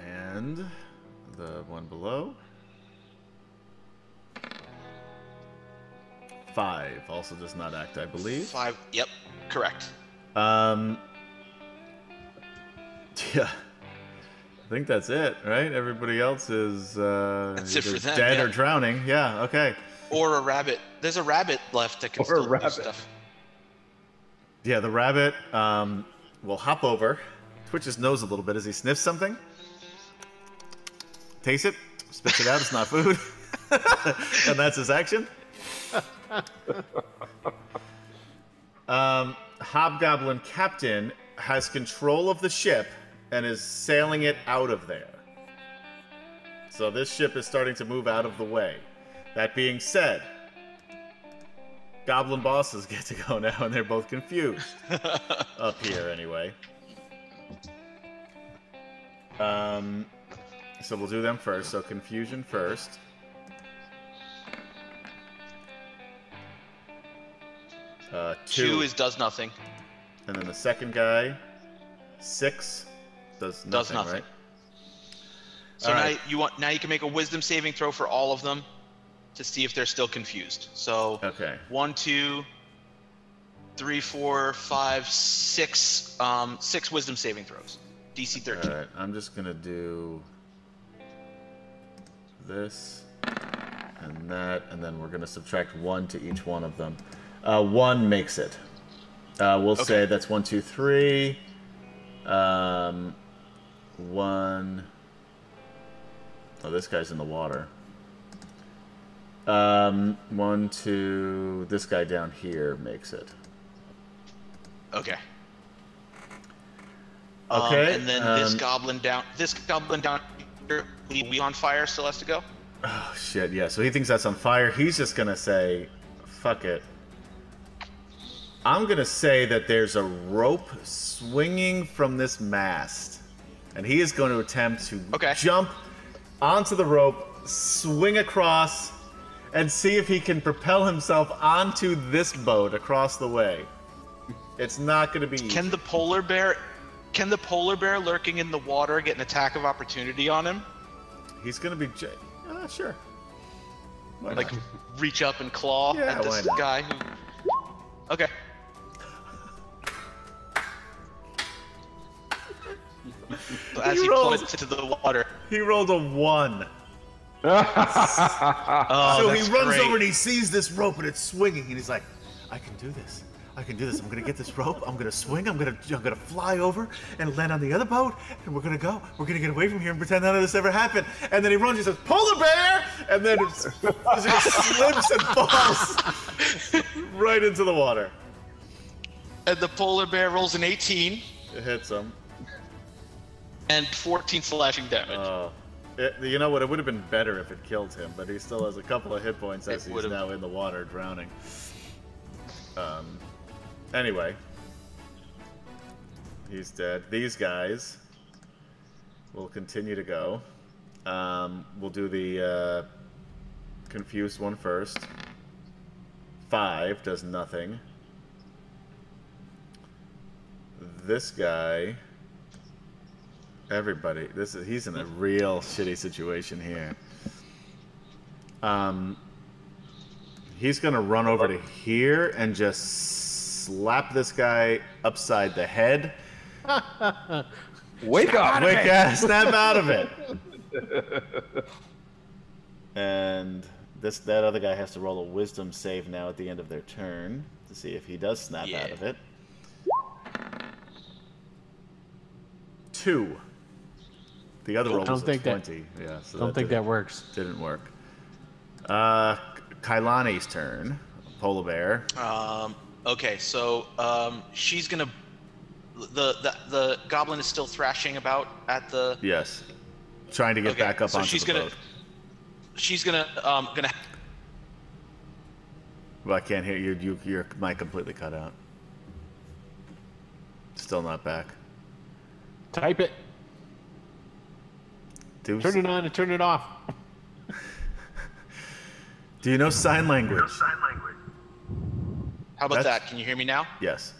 B: and the one below. Five also does not act, I believe.
D: Five. Yep. Correct.
B: Um. Yeah. I think that's it, right? Everybody else is uh,
D: That's it
B: either
D: for them,
B: dead
D: yeah.
B: or drowning. Yeah. Okay.
D: Or a rabbit. There's a rabbit left that can
E: Or a
D: still do
E: rabbit.
D: stuff.
B: Yeah. The rabbit um, will hop over, twitch his nose a little bit as he sniffs something, tastes it, spits it out. It's not food, and that's his action. um, Hobgoblin captain has control of the ship and is sailing it out of there. So this ship is starting to move out of the way. That being said, Goblin bosses get to go now, and they're both confused. Up here, anyway. Um, so we'll do them first. So confusion first. Uh,
D: Two.
B: two
D: is does nothing.
B: and then the second guy, six, does nothing.
D: Does nothing.
B: Right?
D: So
B: All
D: now
B: right.
D: you want now you can make a wisdom saving throw for all of them to see if they're still confused. So
B: Okay.
D: one, two, three, four, five, six, um, six wisdom saving throws. DC
B: All
D: thirteen.
B: right. I'm just gonna do this and that, and then we're gonna subtract one to each one of them. Uh, one makes it. Uh, we'll say that's one, two, three. Um, one. Oh, this guy's in the water. Um, one, two. This guy down here makes it.
D: Okay.
B: Okay,
D: Um, and then this
B: um,
D: goblin down. This goblin down here. We, we on fire still has to go.
B: Oh shit, yeah. So he thinks that's on fire. He's just gonna say, "Fuck it." I'm gonna say that there's a rope swinging from this mast, and he is going to attempt to
D: Okay.
B: jump onto the rope, swing across, and see if he can propel himself onto this boat across the way. It's not gonna be.
D: Can the polar bear? Can the polar bear lurking in the water get an attack of opportunity on him?
B: He's gonna be. J- uh, sure. Why
D: Like
B: not?
D: reach up and claw
B: Yeah,
D: at
B: why
D: this
B: not?
D: guy. Who... Okay. So As
B: He
D: he,
B: rolls-
D: plummets into the water.
B: he rolled a one.
D: Oh,
B: so he
D: that's
B: runs
D: great.
B: over and he sees this rope and it's swinging and he's like, I can do this. I can do this. I'm gonna get this rope. I'm gonna swing. I'm gonna I'm gonna fly over and land on the other boat and we're gonna go. We're gonna get away from here and pretend none of this ever happened. And then he runs. He says, "Polar bear!" And then it s- it just slips and falls right into the water.
D: And the polar bear rolls an 18
B: It hits him.
D: and 14 slashing damage.
B: Uh, it, you know what? It would have been better if it killed him, but he still has a couple of hit points as
D: It
B: he's
D: would've.
B: now in the water drowning. Um, anyway, he's dead. These guys will continue to go. Um, we'll do the uh, confused one first. Five does nothing. This guy. Everybody, this is he's in a real shitty situation here. Um, he's gonna run over to here and just slap this guy upside the head.
E: Wake up!
B: Wake up, snap out of it. and this that other guy has to roll a wisdom save now at the end of their turn to see if he does snap
D: Yeah.
B: out of it. Two. The other roll
C: don't
B: was a
C: think that-
B: twenty. yeah, so
C: Don't think
B: didn't-
C: that works.
B: didn't work. Uh, Kailani's turn. Polar bear.
D: Um, okay, so um, she's gonna. The, the the goblin is still thrashing about at the.
B: Yes. Trying to get
D: Okay,
B: back up
D: so
B: onto
D: she's
B: the
D: gonna-
B: boat.
D: She's gonna um gonna.
B: Well, I can't hear you. you your mic completely cut out. Still not back.
C: Type it.
B: Do,
C: Turn it on and turn it off.
B: do you know sign language?
D: How about
B: That's-
D: that? Can you hear me now?
B: Yes.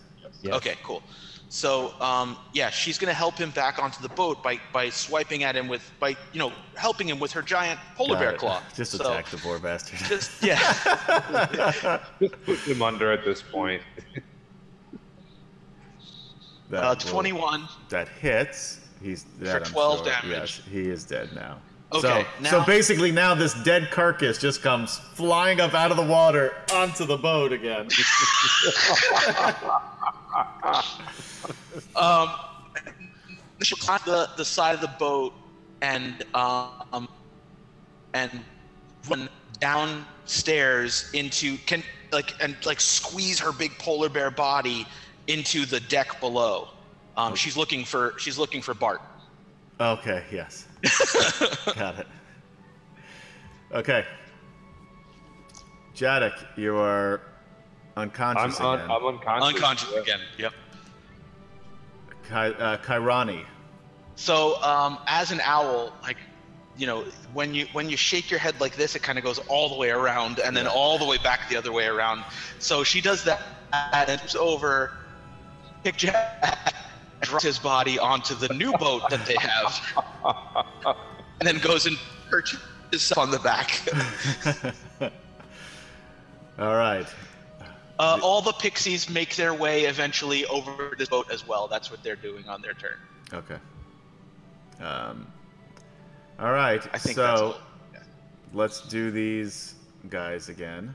C: Yes.
D: Okay, cool. So, um, yeah, she's gonna help him back onto the boat by by swiping at him with by you know helping him with her giant polar
B: Got
D: bear
B: it.
D: claw.
B: Just
D: So,
B: attack the poor bastard.
D: Just yeah.
E: Put him under at this point.
B: That
D: Uh,
B: will-
D: Twenty-one.
B: That hits. He's dead. I'm
D: 12
B: sure.
D: damage.
B: Yes, he is dead now.
D: Okay,
B: So, so
D: now-
B: basically, now this dead carcass just comes flying up out of the water onto the boat again.
D: Um, she'll climb the, the side of the boat and um, and run downstairs into can like and like squeeze her big polar bear body into the deck below. Um, she's looking for she's looking for Bart.
B: Okay, yes. Got it. Okay. Jadok, you are
E: I'm,
B: unconscious
E: un-
B: again.
E: I'm unconscious.
D: Unconscious again. Yep.
B: Kai, uh, Kairani.
D: So um, as an owl, like you know, when you when you shake your head like this, it kind of goes all the way around and then all the way back the other way around. So she does that and it's over, pick Jack, drops his body onto the new boat that they have, and then goes and perches himself on the back.
B: All right.
D: Uh, all the pixies make their way eventually over this boat as well. That's what they're doing on their turn.
B: Okay. Um, all right.
D: I think
B: so
D: that's all. Yeah.
B: let's do these guys again.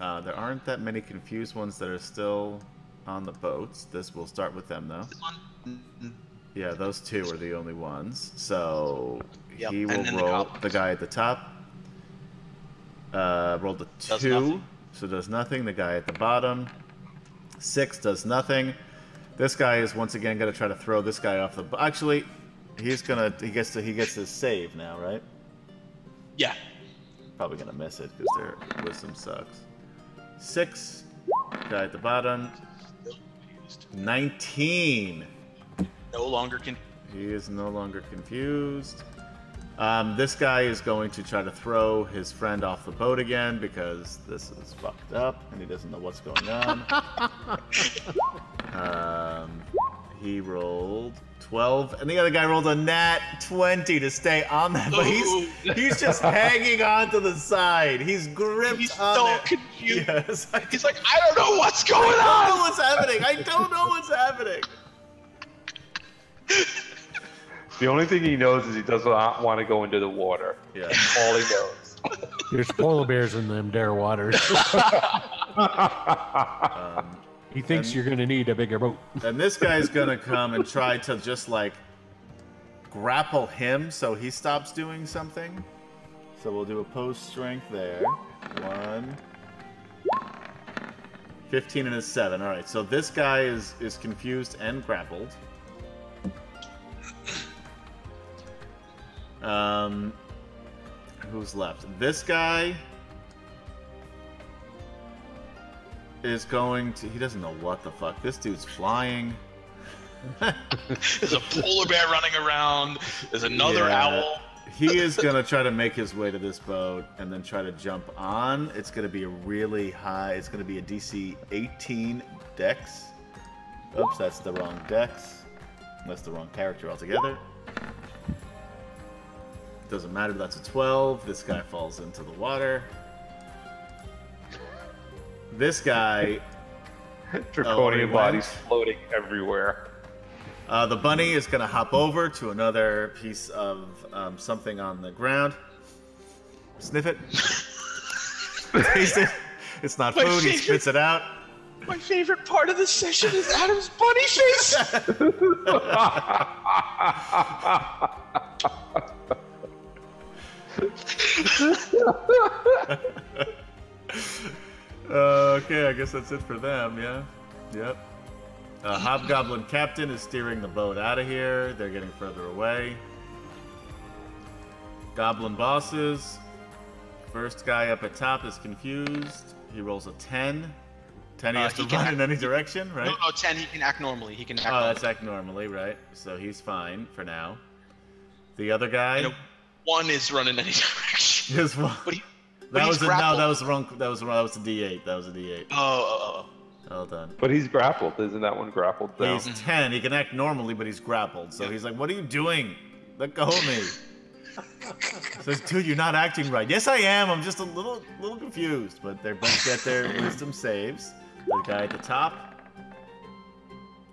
B: Uh, there aren't that many confused ones that are still on the boats. This we'll start with them though.
D: This one,
B: Yeah, those two are the only ones. So
D: Yep,
B: he
D: and
B: will
D: then the
B: roll the,
D: goblins.
B: guy at the top. Uh, rolled a
D: Does
B: two,
D: nothing.
B: so does nothing. The guy at the bottom, six does nothing. This guy is once again gonna try to throw this guy off the. bo- Actually, he's gonna. He gets to. He gets his save now, right?
D: yeah.
B: Probably gonna miss it because their wisdom sucks. Six, guy at the bottom, nineteen.
D: No longer can.
B: He is no longer confused. Um, this guy is going to try to throw his friend off the boat again because this is fucked up and he doesn't know what's going on. um, he rolled 12, and the other guy rolled a nat 20 to stay on that. But he's,
D: Ooh.
B: he's just hanging on to the side. He's gripped
D: He's
B: on
D: so
B: there.
D: confused.
B: Yes, I
D: He's like, I don't know what's going
B: don't
D: on.
B: know what's happening. I don't know what's happening.
E: The only thing he knows is he does not want to go into the water.
B: Yeah.
E: All he knows.
B: Oh,
C: There's polar bears in them dare waters.
B: Um,
C: He thinks you're going to need a bigger boat.
B: And this guy's gonna come and try to just like grapple him so he stops doing something. So we'll do opposed strength there. One. 15 and a 7. Alright, so this guy is, is confused and grappled. Um, who's left? This guy is going to. He doesn't know what the fuck. This dude's flying.
D: There's a polar bear running around. There's another
B: Yeah.
D: owl.
B: he is gonna try to make his way to this boat and then try to jump on. It's gonna be a really high. It's gonna be a DC 18 Dex. Oops, that's the wrong Dex. That's the wrong character altogether. Doesn't matter. That's a 12. This guy falls into the water. This guy
E: Draconian
B: he
E: bodies
B: went?
E: floating everywhere.
B: Uh, the bunny is going to hop over to another piece of um, something on the ground. Sniff it. Taste it. It's not
D: My
B: food. He
D: favorite-
B: spits it out.
D: My favorite part of this session is Adam's bunny face.
B: Uh, okay, I guess that's it for them, yeah? Yep. Uh, Hobgoblin Captain is steering the boat out of here. They're getting further away. Goblin bosses. First guy up at top is confused. He rolls a 10. 10 he
D: Uh,
B: has
D: he
B: to
D: can
B: run
D: act-
B: in any direction, right?
D: No, no, ten. He can act normally. He can act.
B: Oh,
D: normally.
B: that's act normally, right? So he's fine for now. The other guy
D: You know, one is running any direction.
B: is one.
D: But he. but
B: That
D: he's
B: was a, no,
D: grappled.
B: that was the wrong. That was the wrong. That was the D8. That was a D8.
D: Oh, oh,
B: Well done.
E: But he's grappled. Isn't that one grappled? Now?
B: He's ten. He can act normally, but he's grappled. So
D: Yeah.
B: he's like, "What are you doing? Let go of me." Says, "Dude, you're not acting right." Yes, I am. I'm just a little, little confused. But they both get their wisdom saves. The guy at the top,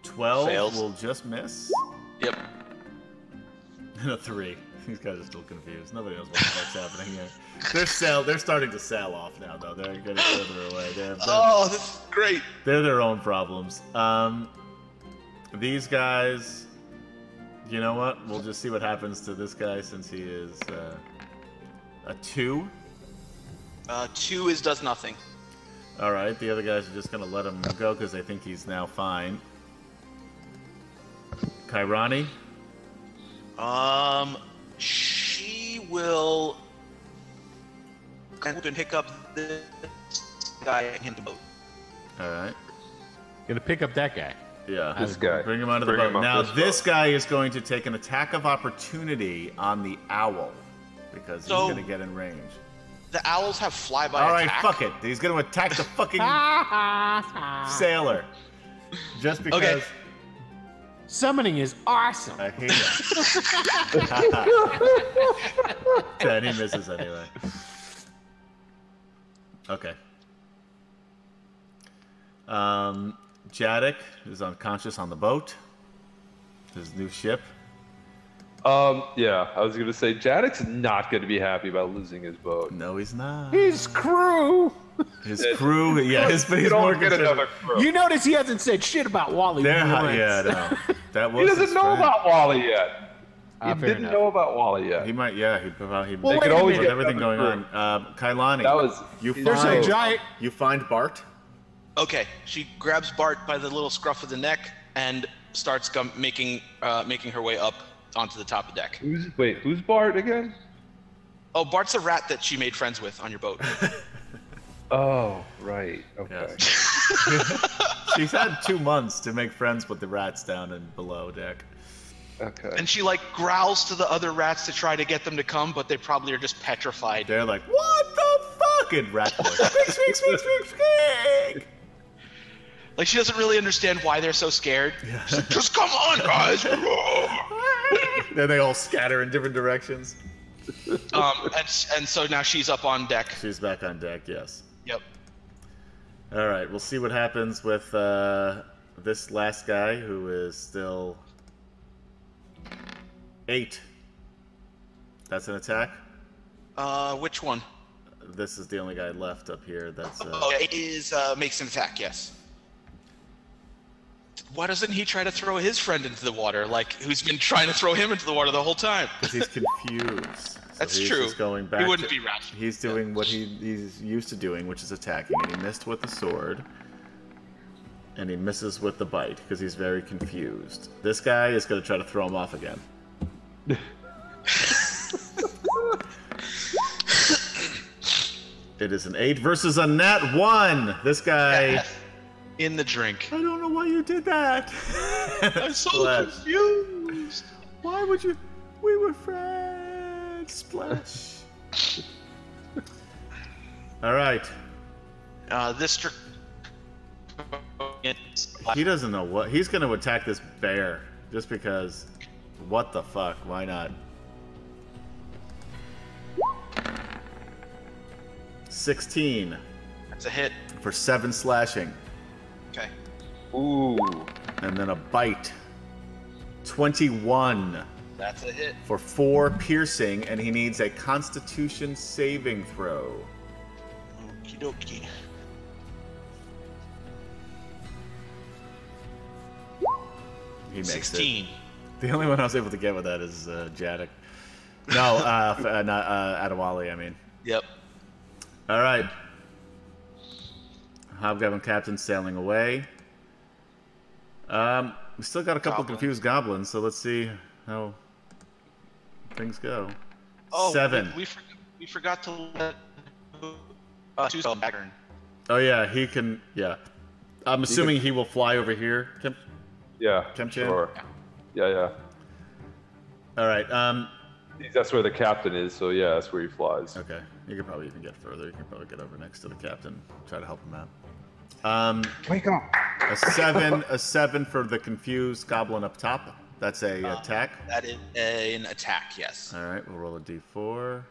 B: twelve
D: Fails.
B: will just miss.
D: oh. yep.
B: And a three. These guys are still confused. Nobody knows what the fuck's happening here. They're sell. They're starting to sell off now, though. They're getting further away. They're, they're,
D: Oh, this is great.
B: they're their own problems. Um, these guys. You know what? We'll just see what happens to this guy since he is uh, a two.
D: Uh, two is does nothing.
B: All right. The other guys are just gonna let him go because they think he's now fine. Kairani.
D: Um, she will. And pick up this guy and hit the boat.
B: All right.
C: Gonna pick up that guy.
B: Yeah.
E: This guy.
B: Bring him out of the
E: Bring
B: boat.
E: him up
B: Now,
E: this
B: this, guy is going to take an attack of opportunity on the owl because
D: So-
B: he's going to get in range.
D: The owls have flyby
B: All right,
D: attack.
B: fuck it. He's going to attack the fucking sailor. Just because
D: Okay.
C: Summoning is awesome.
B: I hate it. Ten, he misses anyway. Okay. Um, Jaddick is unconscious on the boat. His new ship.
E: Um, yeah, I was gonna say Jaddick's not gonna be happy about losing his boat.
B: No, he's not.
C: His crew.
B: His crew, yeah, his, but
E: You
B: he's
E: don't
B: more
E: get
B: concerned.
E: another crew.
C: You notice he hasn't said shit about Wally.
B: They're hot.
C: once.
B: Yeah, no. That was.
E: he
B: his
E: doesn't know
B: friend.
E: about Wally yet. He
C: Ah, fair
E: didn't
C: enough.
E: know about Wally yet.
B: He might. Yeah, he probably. He,
C: Well,
B: they
C: wait
B: could
C: a
B: always
C: minute.
B: with everything going on. Um, Kailani.
E: That was-
B: You
E: There's
C: There's a
B: find,
C: giant.
B: you find Bart.
D: Okay, she grabs Bart by the little scruff of the neck and starts gum- making uh, making her way up onto the top of the deck.
E: Who's wait? Who's Bart again?
D: Oh, Bart's a rat that she made friends with on your boat.
E: Oh, right. Okay.
B: She's had two months to make friends with the rats down and below deck.
E: Okay.
D: and she like growls to the other rats to try to get them to come, but they probably are just petrified.
B: They're like, what the fucking rat boy? Squeak, squeak, squeak, squeak, squeak.
D: Like she doesn't really understand why they're so scared. She's like, just come on, guys.
B: Then they all scatter in different directions.
D: um, and, s- and so now she's up on deck.
B: She's back on deck. Yes.
D: Yep.
B: All right, we'll see what happens with uh, this last guy who is still eight. That's an attack.
D: Uh, which one?
B: This is the only guy left up here. That's
D: Oh,
B: uh,
D: yeah, it is uh, makes an attack. Yes. Why doesn't he try to throw his friend into the water? Like who's been trying to throw him into the water the whole time?
B: 'cause he's confused. So
D: That's
B: he's
D: true.
B: Just going
D: He
B: back.
D: wouldn't
B: to-
D: be rational.
B: He's doing what he, he's used to doing, which is attacking, and he missed with the sword. And he misses with the bite because he's very confused. This guy is going to try to throw him off again. It is an eight versus a nat one. This guy.
D: In the drink.
B: I don't know why you did that.
D: I'm so
B: Bless.
D: confused.
B: Why would you? We were friends. Light splash. All right.
D: Uh, this trick.
B: He doesn't know what he's going to attack this bear just because. What the fuck? Why not? Sixteen
D: That's a hit.
B: for seven slashing,
D: Okay.
E: Ooh.
B: and then a bite. Twenty-one
D: That's a hit.
B: for four piercing, and he needs a Constitution saving throw.
D: Okie dokie.
B: He makes it.
D: 16.
B: The only one I was able to get with that is uh, Jaddick. No, uh, f- uh, not uh, Adewale, I mean.
D: Yep.
B: All right. Hobgoblin captain sailing away. Um, we still got a couple
D: Goblin.
B: confused goblins, so let's see how things go.
D: Oh,
B: Seven.
D: We, we, for, we forgot to let. Uh, two spell back turn.
B: Oh yeah, he can. Yeah, I'm assuming he will fly over here. Tim-
E: Yeah.
B: Temp chain?
E: sure. Yeah, yeah.
B: All right. Um,
E: That's where the captain is, so yeah, that's where he flies.
B: Okay, you could probably even get further. You could probably get over next to the captain, try to help him out. Um,
E: Wake up.
B: a seven, a seven for the confused goblin up top. That's a
D: Uh,
B: attack.
D: That is an attack, yes.
B: All right, we'll roll a d4.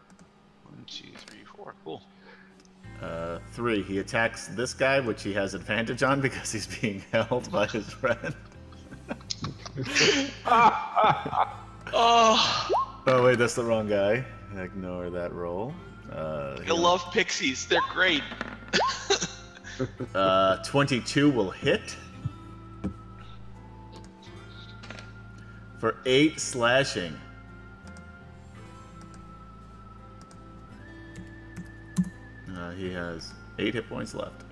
D: One, two, three, four. Cool.
B: Uh, three. He attacks this guy, which he has advantage on because he's being held by his friend.
D: Oh,
B: Oh wait, that's the wrong guy. Ignore that roll. Uh,
D: I love pixies. They're great.
B: Uh, 22 will hit. For 8 slashing. Uh, he has 8 hit points left.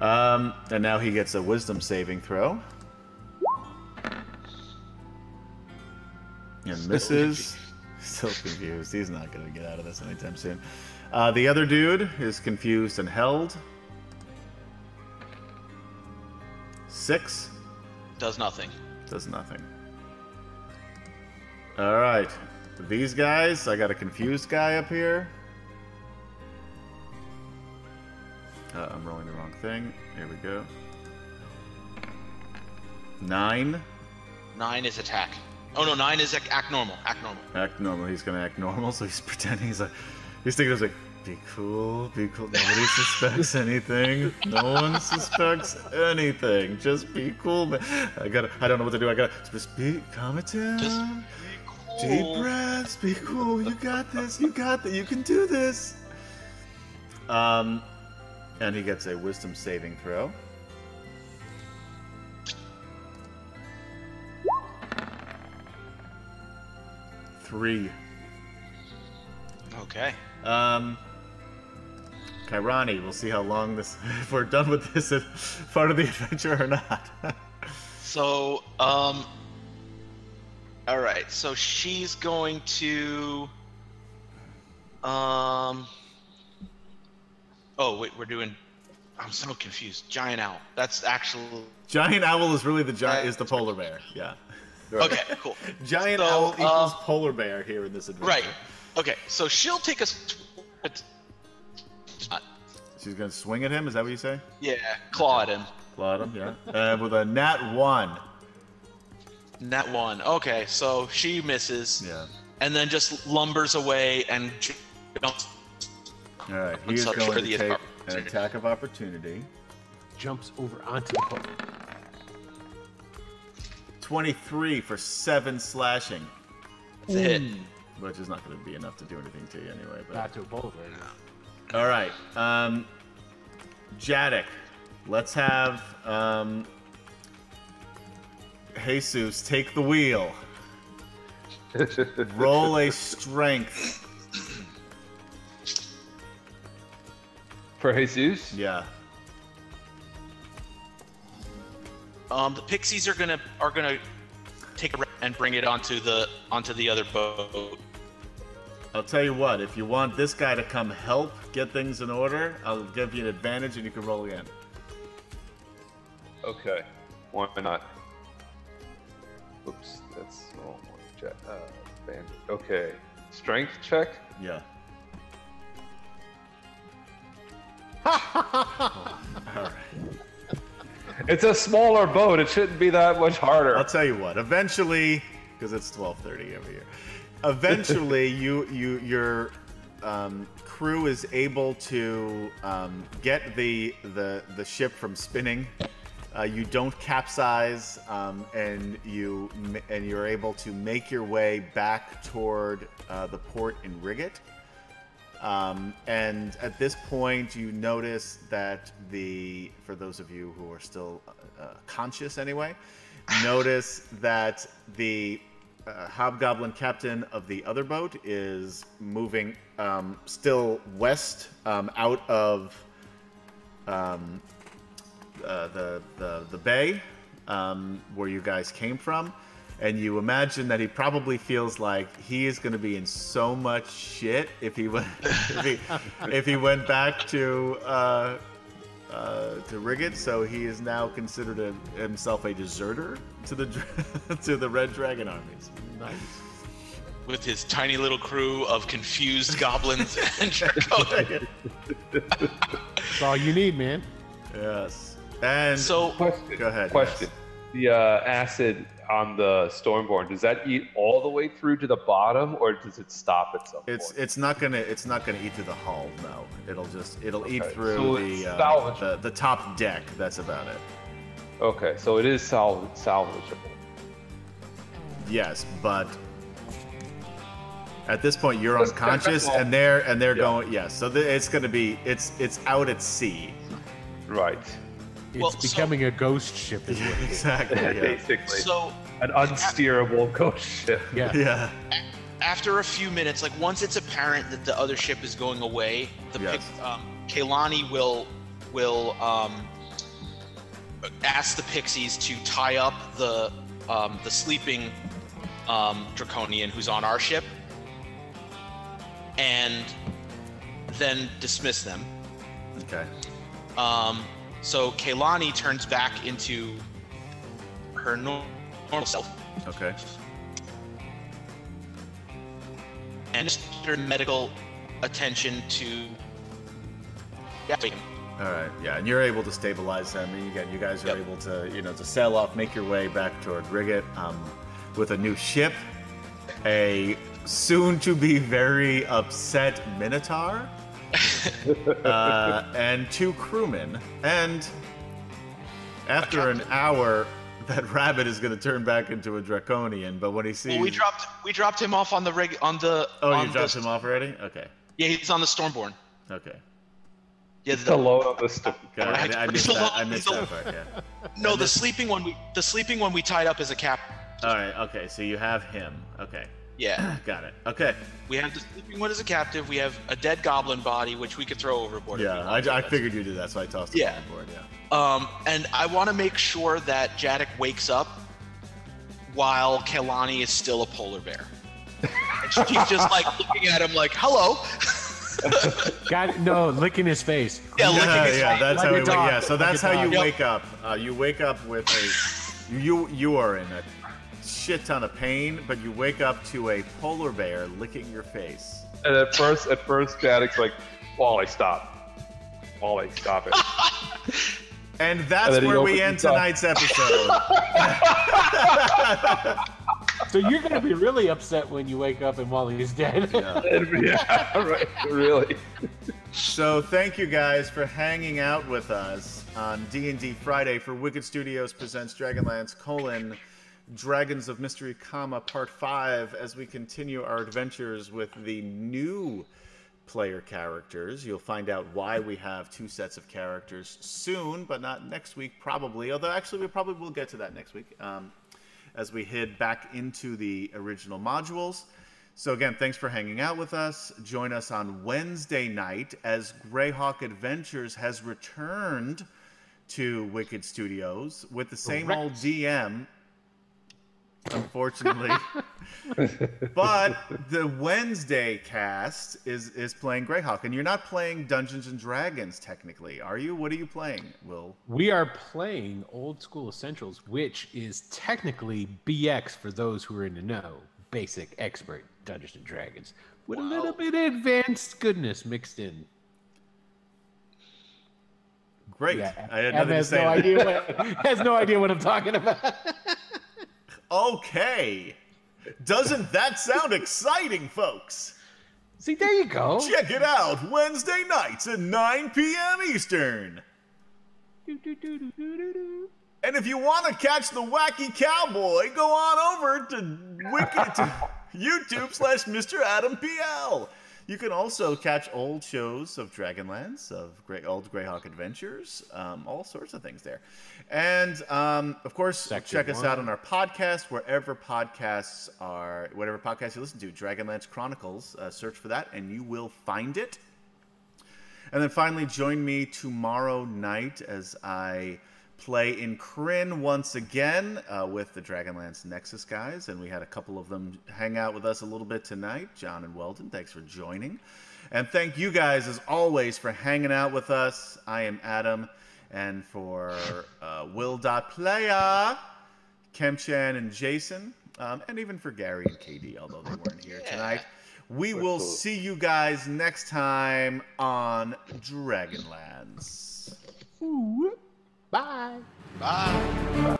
B: Um, and now he gets a wisdom saving throw. And misses. Still confused. He's not going to get out of this anytime soon. Uh, the other dude is confused and held. Six
D: Does nothing.
B: does nothing. All right, these guys. I got a confused guy up here. Uh, I'm rolling the wrong thing. Here we go. Nine.
D: Nine is attack. Oh no, nine is act, act normal. Act normal.
B: Act normal. He's gonna act normal, so he's pretending. He's like, he's thinking it's like, be cool, be cool. Nobody suspects anything. No one suspects anything. Just be cool. man. I gotta. I don't know what to do. I gotta. Just be calm it down.
D: Just
B: Deep
D: Oh.
B: breaths. Be cool. You got this. You got that. You can do this. Um, and he gets a wisdom saving throw. Three.
D: Okay.
B: Um, Kairani, we'll see how long this. If we're done with this as part of the adventure or not.
D: So, um, all right. So she's going to, um, oh wait, we're doing. I'm so confused. Giant owl. That's actual.
B: giant owl is really the giant is the polar bear. Yeah.
D: Okay, cool.
B: Giant
D: So,
B: owl
D: uh,
B: equals polar bear here in this adventure.
D: Right. Okay. So she'll take a. sw- at-
B: She's gonna swing at him. Is that what you say?
D: Yeah, claw at him.
B: Claw at him. Yeah. uh, with a nat one.
D: Net one. Okay, so she misses.
B: Yeah.
D: And then just lumbers away and j- jumps.
B: All right. He
D: I'm
B: is
D: sorry
B: going
D: for
B: to
D: the
B: take an
D: opportunity.
B: attack of opportunity.
C: Jumps over onto the boat.
B: Twenty-three for seven slashing,
D: It's a hit.
B: which is not gonna be enough to do anything to you anyway. But
C: Not to a boat.
B: All right. Um, Jaddick, let's have um, Jesus take the wheel. Roll a strength.
E: For Jesus?
B: Yeah.
D: Um, the pixies are gonna are gonna take a ra- and bring it onto the onto the other boat.
B: I'll tell you what, if you want this guy to come help get things in order, I'll give you an advantage and you can roll again.
E: Okay. Why not? Oops, that's normal. Jet, uh, bandit. Okay. Strength check.
B: Yeah. All right.
E: It's a smaller boat. It shouldn't be that much
B: I'll
E: harder.
B: tell you what. Eventually, because it's 12:30 every year. Eventually, you you your um, crew is able to um, get the the the ship from spinning. Uh, you don't capsize, um, and you ma- and you're able to make your way back toward uh, the port in Riggett. Um, and at this point, you notice that the, for those of you who are still uh, conscious anyway, notice that the uh, hobgoblin captain of the other boat is moving um, still west um, out of um, uh, the, the, the bay um, where you guys came from. And you imagine that he probably feels like he is going to be in so much shit if he went if he, if he went back to uh, uh, to Riggit. So he is now considered a, himself a deserter to the dra- to the Red Dragon armies.
C: Nice.
D: with his tiny little crew of confused goblins and draconians.
C: That's all you need, man.
B: Yes. And
D: So
E: Question.
B: Go ahead,
E: Question. The uh, acid on the Stormborn does that eat all the way through to the bottom, or does it stop at some
B: It's
E: point?
B: it's not gonna it's not gonna eat through the hull. No, it'll just it'll eat
E: Okay,
B: through
E: so it's
B: the, uh,
E: salvageable.
B: the the top deck. That's about it.
E: Okay, so it is salv- salvageable.
B: Yes, but at this point you're
E: Let's
B: unconscious,
E: cut that off.
B: and they're and they're
E: Yeah.
B: going yes. So th- it's gonna be it's it's out at sea.
E: Right.
C: It's
D: Well, so-
C: becoming a ghost ship, is what it is.
B: exactly. Yeah.
E: Basically,
D: so
E: an unsteerable ghost ship.
C: Yeah.
B: yeah.
D: after a few minutes, like once it's apparent that the other ship is going away, the
B: Yes.
D: pic, um, Kaylani will will um, ask the pixies to tie up the um, the sleeping um, draconian who's on our ship, and then dismiss them.
B: Okay.
D: Um, so Kaylani turns back into her nor- normal self
B: Okay.
D: and her medical attention to.
B: All right. Yeah, and you're able to stabilize him. And again, you guys are
D: Yep.
B: able to you know to sail off, make your way back toward Riggit um, with a new ship, a soon-to-be very upset Minotaur, uh, and two crewmen. And after an hour, that rabbit is going to turn back into a draconian. But when he sees,
D: Well, we dropped we dropped him off on the reg on the.
B: oh,
D: on
B: you dropped
D: the,
B: him off already? Okay.
D: Yeah, he's on the Stormborn.
B: Okay.
D: Yeah,
E: It's a
D: the,
E: load on the sto-
B: Got it. I, I
D: Right.
B: missed
D: He's
B: that. I
D: alone.
B: missed
D: He's
B: that part. Yeah.
D: no, the sleeping one we the sleeping one we tied up as a cap.
B: All right. Okay. So you have him. Okay.
D: Yeah,
B: Got it. Okay.
D: we have the sleeping one as a captive. We have a dead goblin body which we could throw overboard. if we
B: Yeah, I,
D: wanted to.
B: I figured you did that, so I tossed it
D: Yeah.
B: on board. Yeah.
D: Um, and I want to make sure that Jaddick wakes up while Kelani is still a polar bear. And she's just like looking at him like, "Hello."
C: Got no licking his face.
D: yeah,
B: yeah,
D: licking his
B: yeah,
D: face.
B: that's
C: Like
B: how
C: a
B: you.
C: dog.
B: Yeah, so
C: Like
B: that's
C: a
B: how you
C: dog.
B: wake up. Uh, you wake up with a, you you are in a shit ton of pain, but you wake up to a polar bear licking your face.
E: And at first, at first, Jaddix like, Wally, stop, Wally, stop it.
B: And that's
E: And then he
B: where we
E: opens
B: end
E: his eyes.
B: tonight's episode.
C: So you're gonna be really upset when you wake up and Wally is dead.
E: yeah, right, really.
B: So thank you guys for hanging out with us on D&D Friday for Wicked Studios presents Dragonlance colon Dragons of Mystery, comma part 5 as we continue our adventures with the new player characters. You'll find out why we have two sets of characters soon, but not next week probably. Although actually we probably will get to that next week. Um, as we head back into the original modules. So, again, thanks for hanging out with us. Join us on Wednesday night as Greyhawk Adventures has returned to Wicked Studios with the same old DM, unfortunately. but the Wednesday cast is, is playing Greyhawk, and you're not playing Dungeons and Dragons, technically, are you? What are you playing, Will?
C: We are playing Old School Essentials, which is technically BX for those who are in the know. basic expert Dungeons and Dragons with a
D: Wow.
C: little bit of advanced goodness mixed in.
B: Great.
C: Yeah,
B: I had nothing
C: Em
B: to
C: has
B: say.
C: no
B: to that.
C: idea what has no idea what I'm talking about.
B: Okay. Doesn't that sound exciting, folks?
C: See, there you go.
B: Check it out Wednesday nights at 9 p.m. Eastern.
C: Do-do-do-do-do-do-do.
B: And if you want to catch the wacky cowboy, go on over to Wiki to YouTube slash Mr. Adam PL. You can also catch old shows of Dragonlance, of great old Greyhawk Adventures, um, all sorts of things there. And um, of course,
C: Section
B: check us
C: one.
B: out on our podcast wherever podcasts are, whatever podcast you listen to. Dragonlance Chronicles, uh, search for that, and you will find it. And then finally, join me tomorrow night as I play in Kryn once again uh, with the Dragonlance Nexus guys. And we had a couple of them hang out with us a little bit tonight. John and Weldon, thanks for joining. And thank you guys, as always, for hanging out with us. I am Adam. And for uh, Will.Playa, Kemchan, and Jason, um, and even for Gary and KD, although they weren't here
D: Yeah.
B: tonight. We will
E: Absolutely.
B: see you guys next time on Dragonlands.
C: Bye.
D: Bye.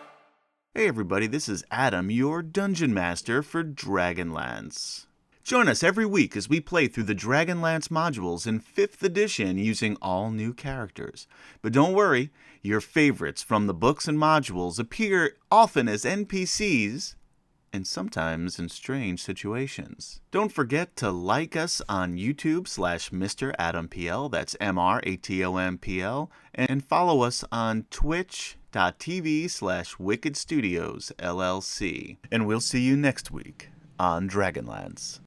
B: Hey everybody, this is Adam, your dungeon master for Dragonlance. Join us every week as we play through the Dragonlance modules in 5th edition using all new characters. But don't worry, your favorites from the books and modules appear often as NPCs and sometimes in strange situations. Don't forget to like us on YouTube slash Mr. Adam PL, that's M R A T O M P L, and follow us on twitch.tv slash Wicked Studios LLC. And we'll see you next week on Dragonlance.